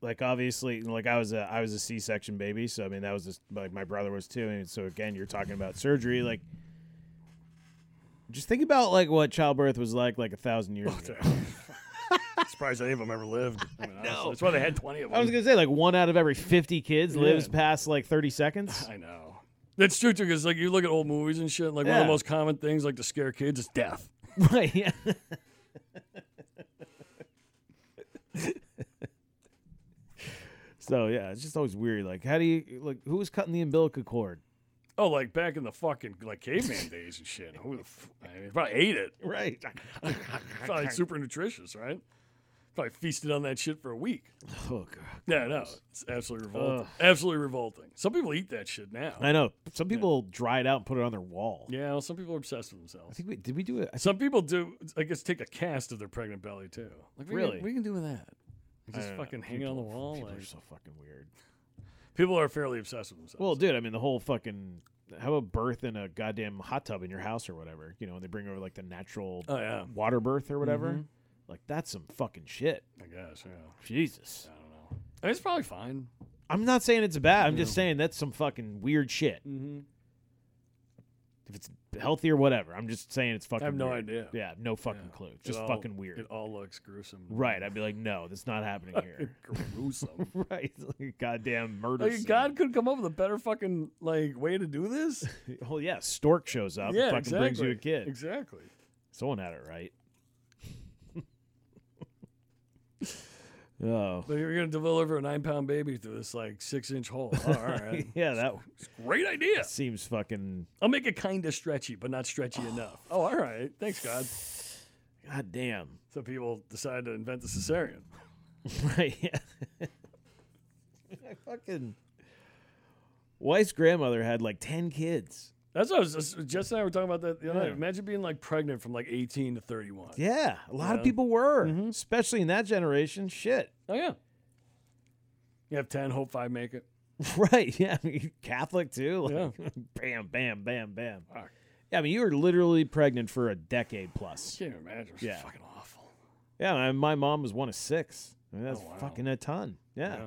S3: Like obviously, like I was a I was a C section baby, so I mean that was just like my brother was too, and so again, you're talking about surgery, like. Just think about like what childbirth was like like a thousand years ago.
S2: surprised any of them ever lived. I mean, honestly, that's why they had twenty of them.
S3: I was gonna say like one out of every fifty kids lives past like thirty seconds.
S2: I know. That's true too, because like you look at old movies and shit. Like one of
S3: Yeah.
S2: the most common things, like to scare kids, is death.
S3: right? Yeah. so yeah, it's just always weird. Like, how do you like who was cutting the umbilical cord?
S2: Oh, like back in the fucking like caveman days and shit. Who the f- I mean, probably ate it.
S3: Right.
S2: Probably super nutritious, right? Probably feasted on that shit for a week.
S3: Oh god.
S2: Yeah, no, it's absolutely revolting. Absolutely revolting. Some people eat that shit now.
S3: I know. Some people dry it out and put it on their wall.
S2: yeah, well, some people are obsessed with
S3: I
S2: themselves.
S3: think we did we do it. I think-
S2: Some people do, I guess, take a cast of their pregnant belly too. Like, what are you-
S3: Really?
S2: What are you gonna do with that? Just
S3: I don't know.
S2: fucking hang it on the
S3: People-
S2: wall.
S3: People
S2: like-
S3: are so fucking weird.
S2: People are fairly obsessed with themselves.
S3: Well, dude, I mean the whole fucking how about birth in a goddamn hot tub in your house or whatever? You know, and they bring over like the natural
S2: Oh, yeah.
S3: water birth or whatever.
S2: mm-hmm.
S3: Like that's some fucking shit.
S2: I guess. Yeah.
S3: Jesus.
S2: I don't know. I mean, it's probably fine.
S3: I'm not saying it's bad. I'm just saying that's some fucking weird shit.
S2: Mm-hmm.
S3: If it's healthy or whatever, I'm just saying it's fucking.
S2: I have no
S3: weird.
S2: idea.
S3: Yeah, I have no fucking clue.
S2: It
S3: Just
S2: all-
S3: fucking weird.
S2: It all looks gruesome.
S3: right? I'd be like, no, that's not happening here.
S2: gruesome.
S3: right? It's like a goddamn murder.
S2: like
S3: scene.
S2: God could come up with a better fucking like way to do this.
S3: Oh yeah, stork shows up. and
S2: yeah,
S3: fucking
S2: exactly.
S3: brings you a kid.
S2: Exactly.
S3: Someone had it right. oh.
S2: But you're gonna deliver a nine pound baby through this like six inch hole. Oh, all right.
S3: Yeah, that
S2: Great idea.
S3: seems fucking
S2: I'll make it kind of stretchy, but not stretchy enough. Oh, all right. Thanks, God.
S3: goddamn.
S2: So people decide to invent the cesarean.
S3: Right. Yeah. I fucking Wife's grandmother had like 10 kids.
S2: That's what I was just, Jess and I were talking about that the other
S3: Yeah.
S2: night. Imagine being like pregnant from like 18 to 31.
S3: Yeah, a lot
S2: Yeah. Mm-hmm.
S3: of people were, especially in that generation. Shit.
S2: Oh, yeah. You have 10, hope five make it.
S3: Right. Yeah. I mean, Catholic too. Like,
S2: Yeah.
S3: Bam, bam, bam, bam.
S2: Fuck.
S3: Yeah, I mean, you were literally pregnant for a decade plus.
S2: Can't even imagine. It's
S3: Yeah.
S2: fucking awful.
S3: Yeah, I my mom was one of six. I mean, that's
S2: Oh, wow.
S3: fucking a ton.
S2: Yeah.
S3: Yeah.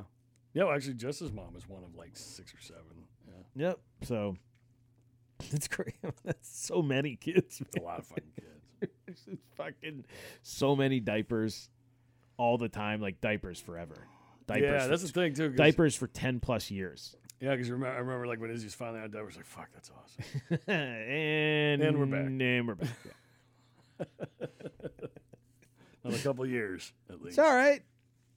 S2: yeah. well, actually, Jess's mom is one of like six or seven. Yeah.
S3: Yep. So it's crazy. That's so many kids.
S2: It's a lot of fucking kids.
S3: It's just fucking so many diapers all the time, like diapers forever. Diapers.
S2: yeah,
S3: for
S2: that's the
S3: t-
S2: thing, too. 'cause-
S3: diapers for ten plus years.
S2: Yeah, because I remember like when Izzy's finally out of diapers, like, fuck, that's awesome.
S3: and
S2: And we're back.
S3: And we're back. Yeah.
S2: Another couple years, at least.
S3: it's all right.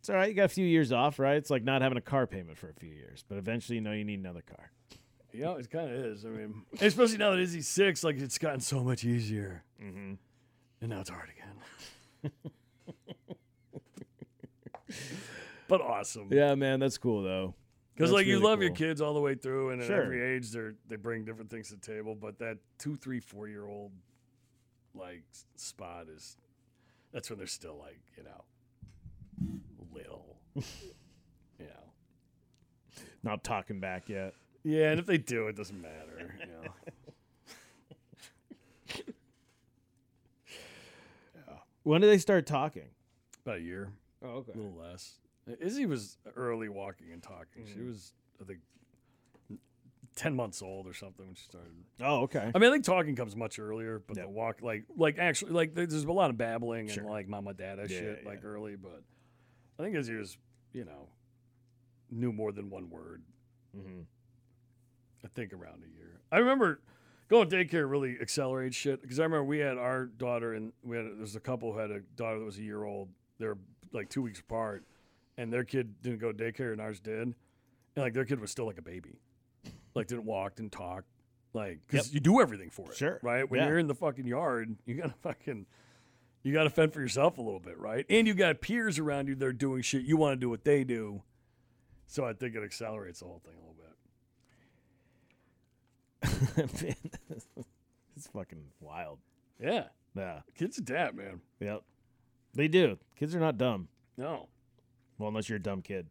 S3: It's all right. You got a few years off, right? It's like not having a car payment for a few years, but eventually you know you need another car.
S2: You know, it kind of is. I mean, especially now that Izzy's six, like it's gotten so much easier. Mm-hmm. And now it's hard again. but awesome.
S3: Yeah, man, that's cool though.
S2: Because
S3: That's
S2: like you
S3: really
S2: love your
S3: cool.
S2: kids all the way through, and
S3: Sure.
S2: at every age they are they bring different things to the table. But that two, three, four year old like s- spot is that's when they're still like you know little, you know.
S3: Not talking back yet.
S2: Yeah, and if they do, it doesn't matter. You know.
S3: When do they start talking?
S2: About a year.
S3: Oh, okay.
S2: A little less. Izzy was early walking and talking.
S3: Mm.
S2: She was, I think, ten months old or something when she started.
S3: Oh, okay.
S2: I mean, I think talking comes much earlier, but
S3: Yep.
S2: the walk, like, like actually, like, there- there's a lot of babbling
S3: Sure.
S2: and like mama dada
S3: Yeah,
S2: shit,
S3: yeah.
S2: like early. But I think Izzy was, you know, knew more than one word.
S3: Mm-hmm.
S2: I think around a year. I remember going to daycare really accelerates shit because I remember we had our daughter and we had there's a couple who had a daughter that was a year old. They're like two weeks apart, and their kid didn't go to daycare and ours did, and like their kid was still like a baby, like didn't walk, didn't talk, like because you do everything for it,
S3: Sure.
S2: right? When
S3: Yeah.
S2: you're in the fucking yard, you gotta fucking. You got to fend for yourself a little bit, right? And you got peers around you that are doing shit. You want to do what they do. So I think it accelerates the whole thing a little bit.
S3: Man, Mm-hmm. it's fucking wild.
S2: Yeah.
S3: Yeah.
S2: Kids adapt, man.
S3: Yep. They do. Kids are not dumb.
S2: No.
S3: Well, unless you're a dumb kid.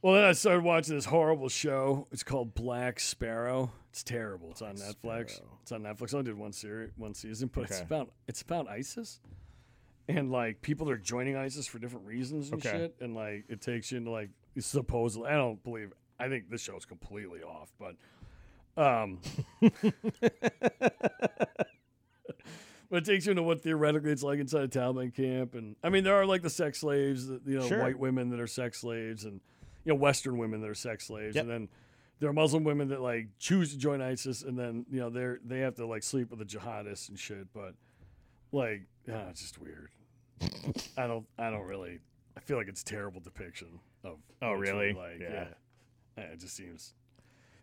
S2: Well, then I started watching this horrible show. It's called Black Sparrow. It's terrible. It's on Netflix.
S3: Sparrow.
S2: It's on Netflix. I only did one series, one season, but it's
S3: Okay.
S2: about it's about ISIS, and like people are joining ISIS for different reasons and
S3: Okay.
S2: shit. And like it takes you into like supposedly. I don't believe. I think this show's completely off, but um, but it takes you into what theoretically it's like inside a Taliban camp. And I mean, there are like the sex slaves, that, you know,
S3: Sure.
S2: white women that are sex slaves, and you know, Western women that are sex slaves,
S3: Yep.
S2: and then there are Muslim women that like choose to join ISIS, and then you know they're they have to like sleep with the jihadists and shit. But like, ah, it's just weird. I don't I don't really. I feel like it's a terrible depiction of.
S3: Oh,
S2: what it's
S3: really?
S2: Like, yeah.
S3: Yeah.
S2: Yeah, It just seems.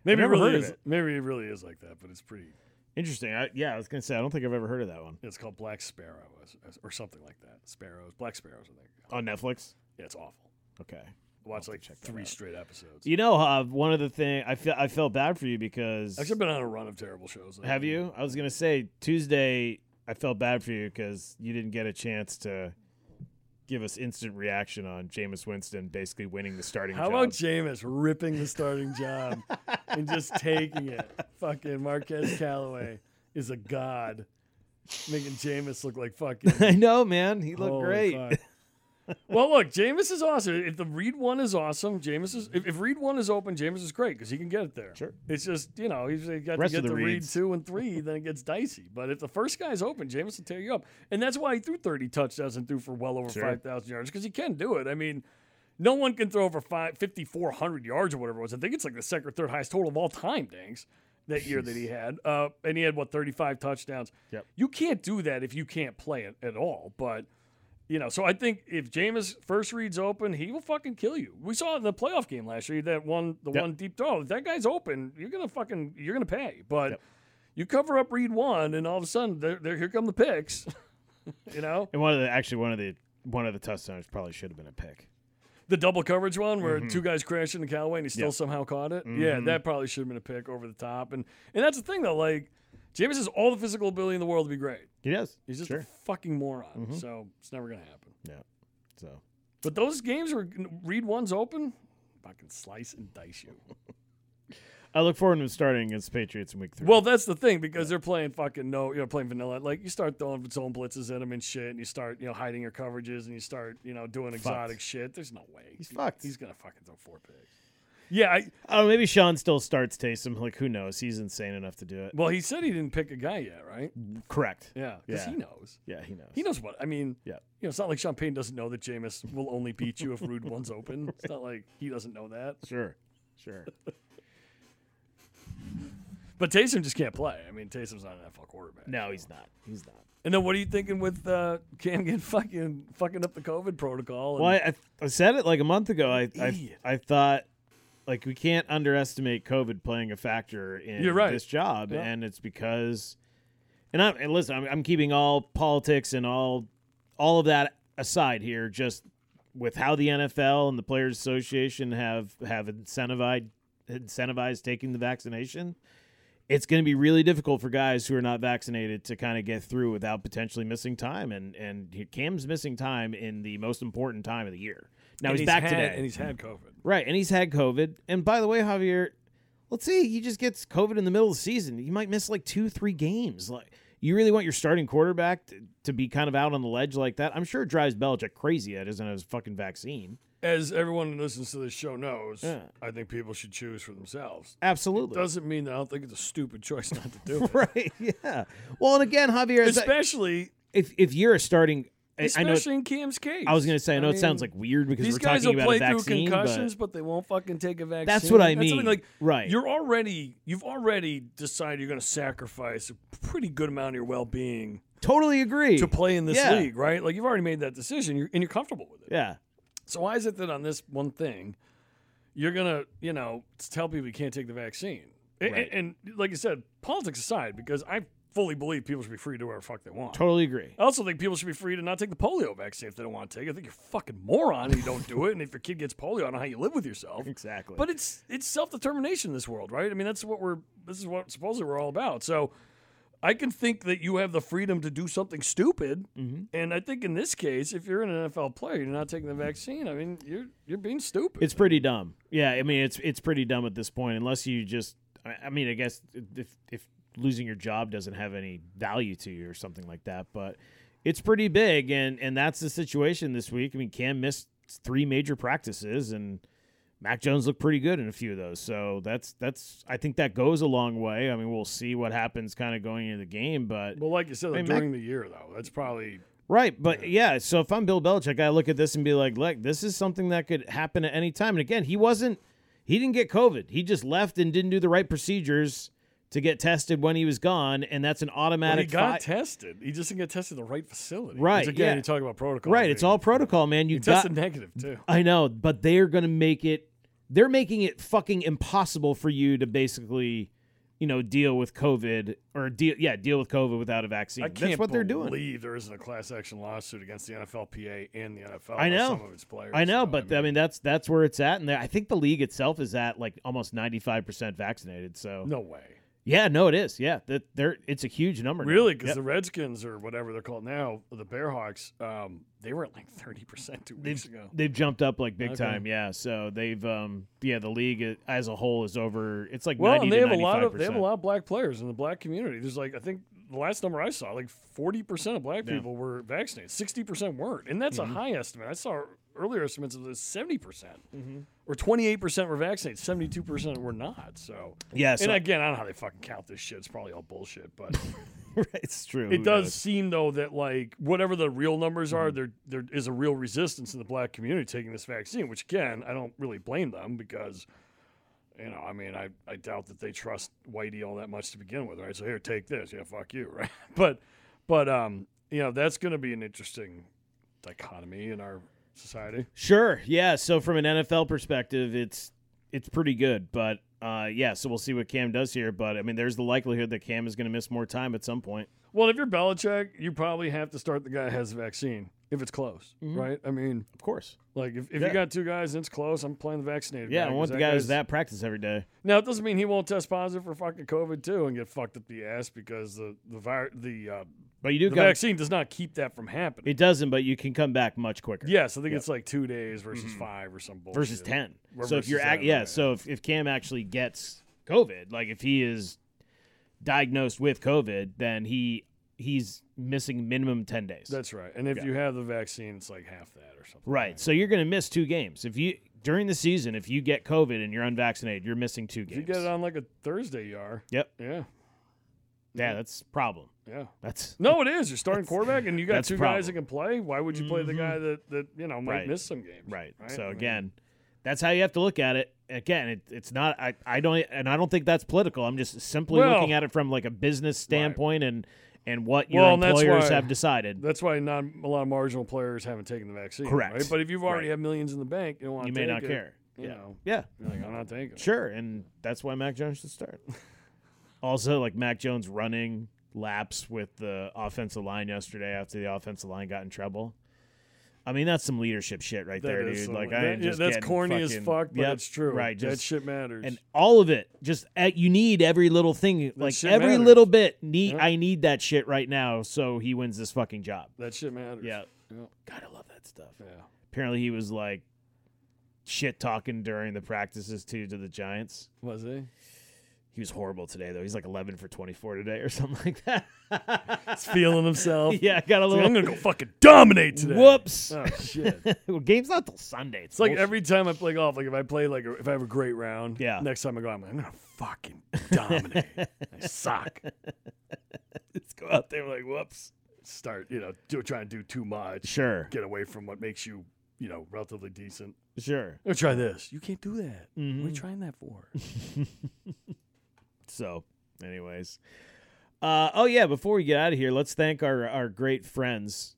S2: Maybe it
S3: never
S2: really
S3: heard of
S2: is.
S3: it.
S2: Maybe it really is like that, but it's pretty.
S3: Interesting. I, yeah, I was gonna say I don't think I've ever heard of that one
S2: It's called Black Sparrow or- or something like that. Sparrows, Black Sparrows, I think.
S3: on Netflix.
S2: Yeah, it's awful.
S3: Okay.
S2: I watched
S3: Oh. have to
S2: like
S3: check that
S2: three
S3: out.
S2: straight episodes.
S3: You know, uh, one of the thing I feel I felt bad for you because
S2: Actually, I've been on a run of terrible shows.
S3: have you? I was gonna say Tuesday I felt bad for you because you didn't get a chance to give us instant reaction on Jameis Winston basically winning the starting
S2: How
S3: job.
S2: about Jameis ripping the starting job and just taking it? Fucking Marquez Callaway is a god, making Jameis look like fucking.
S3: I know, man. He looked
S2: holy
S3: great.
S2: fuck. well, look, Jameis is awesome. If the read one is awesome, Jameis is. If, if read one is open, Jameis is great because he can get it there.
S3: Sure.
S2: It's just you know he's he got
S3: Rest
S2: to
S3: of
S2: get
S3: the
S2: the read
S3: reads.
S2: two and three, then it gets dicey. But if the first guy's open, Jameis will tear you up, and that's why he threw thirty touchdowns and threw for well over
S3: Sure.
S2: five thousand yards because he can do it. I mean. No one can throw over five- 5,400 yards or whatever it was. I think it's like the second or third highest total of all time, Danks, that year that he had. Uh, and he had, what, 35 touchdowns?
S3: Yep.
S2: You can't do that if you can't play it at all. But, you know, so I think if Jameis first reads open, he will fucking kill you. We saw it in the playoff game last year that one, the
S3: Yep.
S2: one deep throw. If that guy's open, you're going to fucking, you're going to pay. But
S3: Yep.
S2: you cover up read one, and all of a sudden, there, there, here come the picks. you know?
S3: And one of the actually one of the one of the touchdowns probably should have been a pick.
S2: The double coverage one where two guys crashed into Callaway and he still
S3: Mm-hmm. Yeah. Mm-hmm.
S2: somehow caught it. Yeah, that probably should have been a pick over the top. And and that's the thing though, like James has all the physical ability in the world to be great.
S3: He does.
S2: He's just a
S3: sure. Mm-hmm.
S2: fucking moron. So it's never gonna happen.
S3: Yeah. So
S2: But those games where read one's open, fucking slice and dice you.
S3: I look forward to him starting against the Patriots in week three.
S2: Well, that's the thing because they're playing fucking no, you know, playing vanilla. Like you start throwing zone blitzes at him and shit, and you start you know hiding your coverages, and you start you know doing exotic shit. There's no way
S3: He's fucked.
S2: He's gonna fucking throw four picks. Yeah, I,
S3: oh, maybe Sean still starts Taysom. Like who knows? He's insane enough to do it.
S2: Well, he said he didn't pick a guy yet, right?
S3: Correct.
S2: Yeah, because
S3: Yeah.
S2: he knows.
S3: Yeah, he knows.
S2: He knows what I mean.
S3: Yeah.
S2: you know, it's not like Sean Payne doesn't know that Jameis will only beat you if Rude one's open. It's not like he doesn't know that.
S3: Sure. Sure.
S2: But Taysom just can't play. I mean, Taysom's not an NFL quarterback.
S3: No, he's not. He's not.
S2: And then what are you thinking with uh, Cam getting fucking fucking up the COVID protocol? And,
S3: Well, I, I- I said it like a month ago. I, I
S2: Idiot.
S3: I thought like we can't underestimate COVID playing a factor in
S2: You're right.
S3: this job,
S2: Yeah.
S3: and it's because, and I'm and listen, I'm, I'm keeping all politics and all all of that aside here, just with how the NFL and the Players Association have have incentivized incentivized taking the vaccination. It's going to be really difficult for guys who are not vaccinated to kind of get through without potentially missing time, and and he- Cam's missing time in the most important time of the year. Now
S2: and
S3: he's, back
S2: had-
S3: today,
S2: and he's had COVID.
S3: right? And he's had COVID. And by the way, Javier, let's see, he just gets COVID in the middle of the season. You might miss like two, three games. Like you really want your starting quarterback to, to be kind of out on the ledge like that? I'm sure it drives Belichick crazy that isn't his fucking vaccine.
S2: As everyone who listens to this show knows,
S3: Yeah.
S2: I think people should choose for themselves.
S3: Absolutely.
S2: Doesn't mean that I don't think it's a stupid choice not to do it.
S3: right. Yeah. Well, and again, Javier, is that-
S2: Especially,
S3: if if you're a starting, I, I
S2: especially
S3: know.
S2: in Cam's case.
S3: I was going to say, I know it sounds
S2: mean-
S3: like weird because
S2: These
S3: we're
S2: guys
S3: talking
S2: will
S3: about
S2: play
S3: a vaccine,
S2: through
S3: but
S2: concussions, but... they won't fucking take a vaccine.
S3: what I
S2: the thing,
S3: mean.
S2: Like,
S3: Right.
S2: You're already you've already decided you're going to sacrifice a pretty good amount of your well being
S3: totally agree.
S2: to play in this
S3: Yeah.
S2: league, right? Like you've already made that decision, you're, and you're comfortable with it.
S3: yeah.
S2: So why is it that on this one thing, you're gonna you know tell people you can't take the vaccine? And,
S3: Right.
S2: and, and like you said, politics aside, because I fully believe people should be free to do whatever the fuck they want.
S3: Totally agree.
S2: I also think people should be free to not take the polio vaccine if they don't want to take it. I think you're a fucking moron if you don't do it. And if your kid gets polio, I don't know how you live with yourself.
S3: Exactly.
S2: But it's it's self determination in this world, right? I mean, that's what we're this is what supposedly we're all about. So I can think that you have the freedom to do something stupid,
S3: Mm-hmm.
S2: and I think in this case, if you're an NFL player, you're not taking the vaccine. I mean, you're you're being stupid.
S3: It's pretty dumb. Yeah, I mean it's it's pretty dumb at this point unless you just I I mean I guess if if losing your job doesn't have any value to you or something like that, but it's pretty big and and that's the situation this week. I mean Cam missed three major practices and Mac Jones looked pretty good in a few of those. So that's that's I think that goes a long way. I mean we'll see what happens kind of going into the game, but
S2: well, like you said,
S3: I mean,
S2: during the year though, that's probably
S3: Right, but yeah, so if I'm Bill Belichick, I look at this and be like, look, this is something that could happen at any time. And again, he wasn't he didn't get COVID. He just left and didn't do the right procedures to get tested when he was gone, and that's an
S2: But he
S3: automatic
S2: got
S3: fi-
S2: tested. He just didn't get tested in the right facility.
S3: Right,
S2: Which again,
S3: yeah.
S2: you talk about protocol.
S3: Right, it's
S2: being-
S3: all protocol, man. You
S2: He
S3: got
S2: tested negative too.
S3: I know, but they're going to make it they're making it fucking impossible for you to basically, you know, deal with COVID or deal yeah, deal with COVID without a vaccine.
S2: I can't
S3: that's what they're doing.
S2: Believe there isn't a class action lawsuit against the NFLPA and the NFL.
S3: I
S2: by
S3: know.
S2: some of its players.
S3: I know,
S2: So,
S3: but I mean, that's that's where it's at, and I think the league itself is at like almost ninety five percent vaccinated. So
S2: no way.
S3: Yeah, no, it is. Yeah, that there, it's a huge number. now.
S2: Really? Because
S3: Yep.
S2: the Redskins or whatever they're called now, the Bearhawks, um, they were at like thirty percent two weeks ago.
S3: They've jumped up like big
S2: Okay.
S3: time, yeah. So they've, um, yeah, the league i- as a whole is over. It's like
S2: Well,
S3: 90
S2: and they
S3: to
S2: have a lot of
S3: 95%.
S2: they have a lot of black players in the black community. There's like I think the last number I saw, like forty percent of black
S3: Yeah.
S2: people were vaccinated, sixty percent weren't, and that's a high estimate. I saw earlier estimates of seventy percent or twenty eight percent were vaccinated, seventy two percent were not. So,
S3: Yeah, so
S2: and again, I don't know how they fucking count this shit. It's probably all bullshit, but
S3: it's true.
S2: it
S3: Who
S2: does
S3: knows? Mm-hmm.
S2: seem though that like whatever the real numbers are, there there is a real resistance in the black community taking this vaccine. Which again, I don't really blame them because, you know, I mean, I, I doubt that they trust whitey all that much to begin with, right? So here, take this, yeah, fuck you, right? But but um, you know, that's going to be an interesting dichotomy in our society.
S3: Sure. Yeah. So from an NFL perspective, it's it's pretty good, but uh, yeah. So we'll see what Cam does here, but I mean, there's the likelihood that Cam is going to miss more time at some point.
S2: Well, if you're Belichick, you probably have to start the guy that has the vaccine if it's close,
S3: Mm-hmm.
S2: right? I mean,
S3: Of course.
S2: like if, if
S3: Yeah.
S2: you got two guys and it's close, I'm playing the vaccinated.
S3: Yeah,
S2: guy
S3: I
S2: 'cause
S3: want the guy who's
S2: guy's-
S3: that practice every day.
S2: Now it doesn't mean he won't test positive for fucking COVID too and get fucked up the ass because the the vir- the, uh,
S3: But you
S2: the
S3: do come.
S2: vaccine does not keep that from happening.
S3: It doesn't, but you can come back much quicker.
S2: yes, I think it's like two days versus five or some bullshit.
S3: Mm-hmm. versus ten.
S2: Or
S3: so if
S2: versus
S3: you're ac
S2: 10,
S3: yeah,
S2: right.
S3: so if, if Cam actually gets COVID, like if he is diagnosed with COVID, then he he's missing minimum ten days.
S2: That's right. And if you have the vaccine, it's like half that or something.
S3: right. So you're gonna miss two games if you during the season. If you get COVID and you're unvaccinated, you're missing two
S2: If
S3: games.
S2: you get it on like a Thursday, you are.
S3: yep.
S2: Yeah,
S3: Yeah,
S2: Mm-hmm.
S3: that's a problem.
S2: yeah.
S3: That's
S2: No, it is. You're starting quarterback, and you got
S3: that's a
S2: two guys that can play. Why would you play the guy that that you know might
S3: Right.
S2: miss some games?
S3: right.
S2: I
S3: So
S2: mean,
S3: again, that's how you have to look at it. Again, it, it's not. I, I don't, and I don't think that's political. I'm just simply
S2: Well-
S3: looking at it from like a business standpoint and and what your
S2: Well, and that's
S3: employers
S2: why-
S3: have decided.
S2: That's why not a lot of marginal players haven't taken the vaccine.
S3: Correct.
S2: Right? But if you've already
S3: Right.
S2: have millions in the bank, you don't want
S3: you
S2: to
S3: may
S2: take
S3: not
S2: it,
S3: care.
S2: You know,
S3: Yeah,
S2: You're like, I'm not taking it.
S3: sure, and that's why Mac Jones should start. also, like Mac Jones running laps with the offensive line yesterday after the offensive line got in trouble. I mean, that's some leadership shit right
S2: That
S3: there,
S2: is
S3: dude.
S2: some-
S3: Like,
S2: that-
S3: I ain't
S2: yeah,
S3: just
S2: that's
S3: getting
S2: corny as
S3: fucking-
S2: fuck, but
S3: Yep,
S2: it's true.
S3: Right,
S2: that
S3: just
S2: shit matters.
S3: and all of it. Just uh, you need every little thing, like
S2: shit
S3: every
S2: matters.
S3: little bit. Need
S2: Yeah.
S3: I need that shit right now, so he wins this fucking job.
S2: that shit matters.
S3: Yeah,
S2: Yeah.
S3: God, I love that stuff.
S2: Yeah.
S3: Apparently, he was like shit talking during the practices too to the Giants.
S2: Was he?
S3: He was horrible today, though. He's like 11 for 24 today or something like that.
S2: Feeling himself.
S3: yeah, got a
S2: Like, I'm
S3: little.
S2: gonna go fucking dominate today.
S3: Whoops.
S2: Oh shit.
S3: well, game's not till Sunday.
S2: It's like every time I play golf, like if I play like if I have a great round,
S3: Yeah.
S2: Next time I go, I'm like, I'm gonna fucking dominate. I suck.
S3: Let's go out there like, whoops.
S2: Start, you know, do, trying to do too much.
S3: Sure.
S2: Get away from what makes you, you know, relatively decent.
S3: Sure.
S2: Or try this. You can't do that. What are
S3: Mhm.
S2: you trying that for?
S3: So, anyways. Uh, oh, yeah. Before we get out of here, let's thank our, our great friends,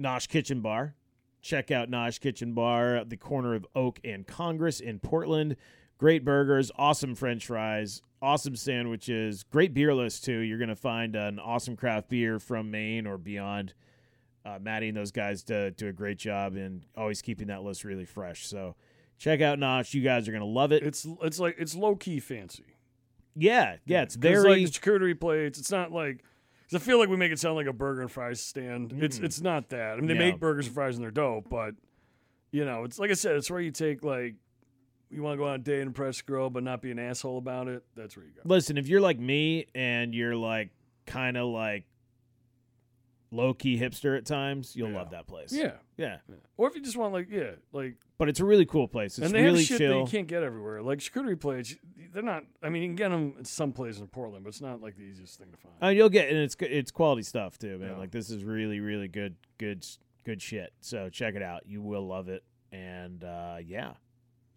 S3: Nosh Kitchen Bar. Check out Nosh Kitchen Bar at the corner of Oak and Congress in Portland. Great burgers, awesome french fries, awesome sandwiches, great beer list, too. You're going to find an awesome craft beer from Maine or beyond. Uh, Maddie and those guys do, do a great job in always keeping that list really fresh. So, check out Nosh. You guys are going to love it.
S2: it's it's like it's low key fancy.
S3: yeah, yeah, it's
S2: 'Cause,
S3: very.
S2: like it's charcuterie plates. It's not like because I feel like we make it sound like a burger and fries stand. It's
S3: Hmm.
S2: it's not that. I mean, they
S3: No.
S2: make burgers and fries and they're dope, but you know, it's like I said, it's where you take like you want to go on a day and impress a girl, but not be an asshole about it. That's where you go.
S3: Listen, if you're like me and you're like kind of like low key hipster at times, you'll
S2: Yeah.
S3: love that place.
S2: Yeah.
S3: Yeah.
S2: Or if you just want like yeah, like
S3: But it's a really cool place. It's
S2: and they
S3: really
S2: have shit that
S3: chill.
S2: you can't get everywhere. Like charcuterie plates, they're not. I mean, you can get them at some place in Portland, but it's not like the easiest thing to find.
S3: Uh, you'll get and it's good- it's quality stuff too, man.
S2: Yeah.
S3: Like this is really really good good good shit. So check it out. You will love it. And uh yeah.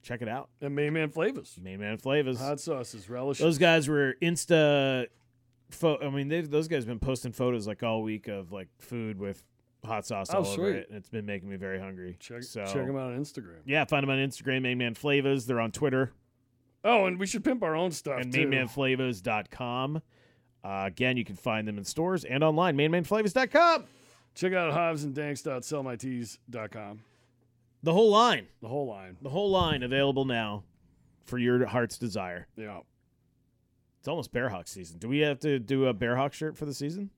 S3: Check it out.
S2: and Main Man Flavors,
S3: Main Man Flavors.
S2: hot sauces, relish.
S3: Those guys were Insta. Fo- I mean, they've, those guys have been posting photos like all week of like food with hot sauce
S2: Oh,
S3: all over
S2: sweet.
S3: it, and it's been making me very hungry.
S2: Check,
S3: so,
S2: check them out on Instagram.
S3: Yeah, find them on Instagram, Main Man Flavas. They're on Twitter
S2: Oh, and we should pimp our own stuff
S3: and
S2: too.
S3: mainmanflavas.com. Uh, again, you can find them in stores and online, mainmanflavas.com.
S2: Check out hobbsanddanks.sellmytees.com.
S3: The whole line,
S2: The whole line.
S3: the whole line available now for your heart's desire.
S2: Yeah.
S3: It's almost Bearhawk season. Do we have to do a Bearhawk shirt for the season?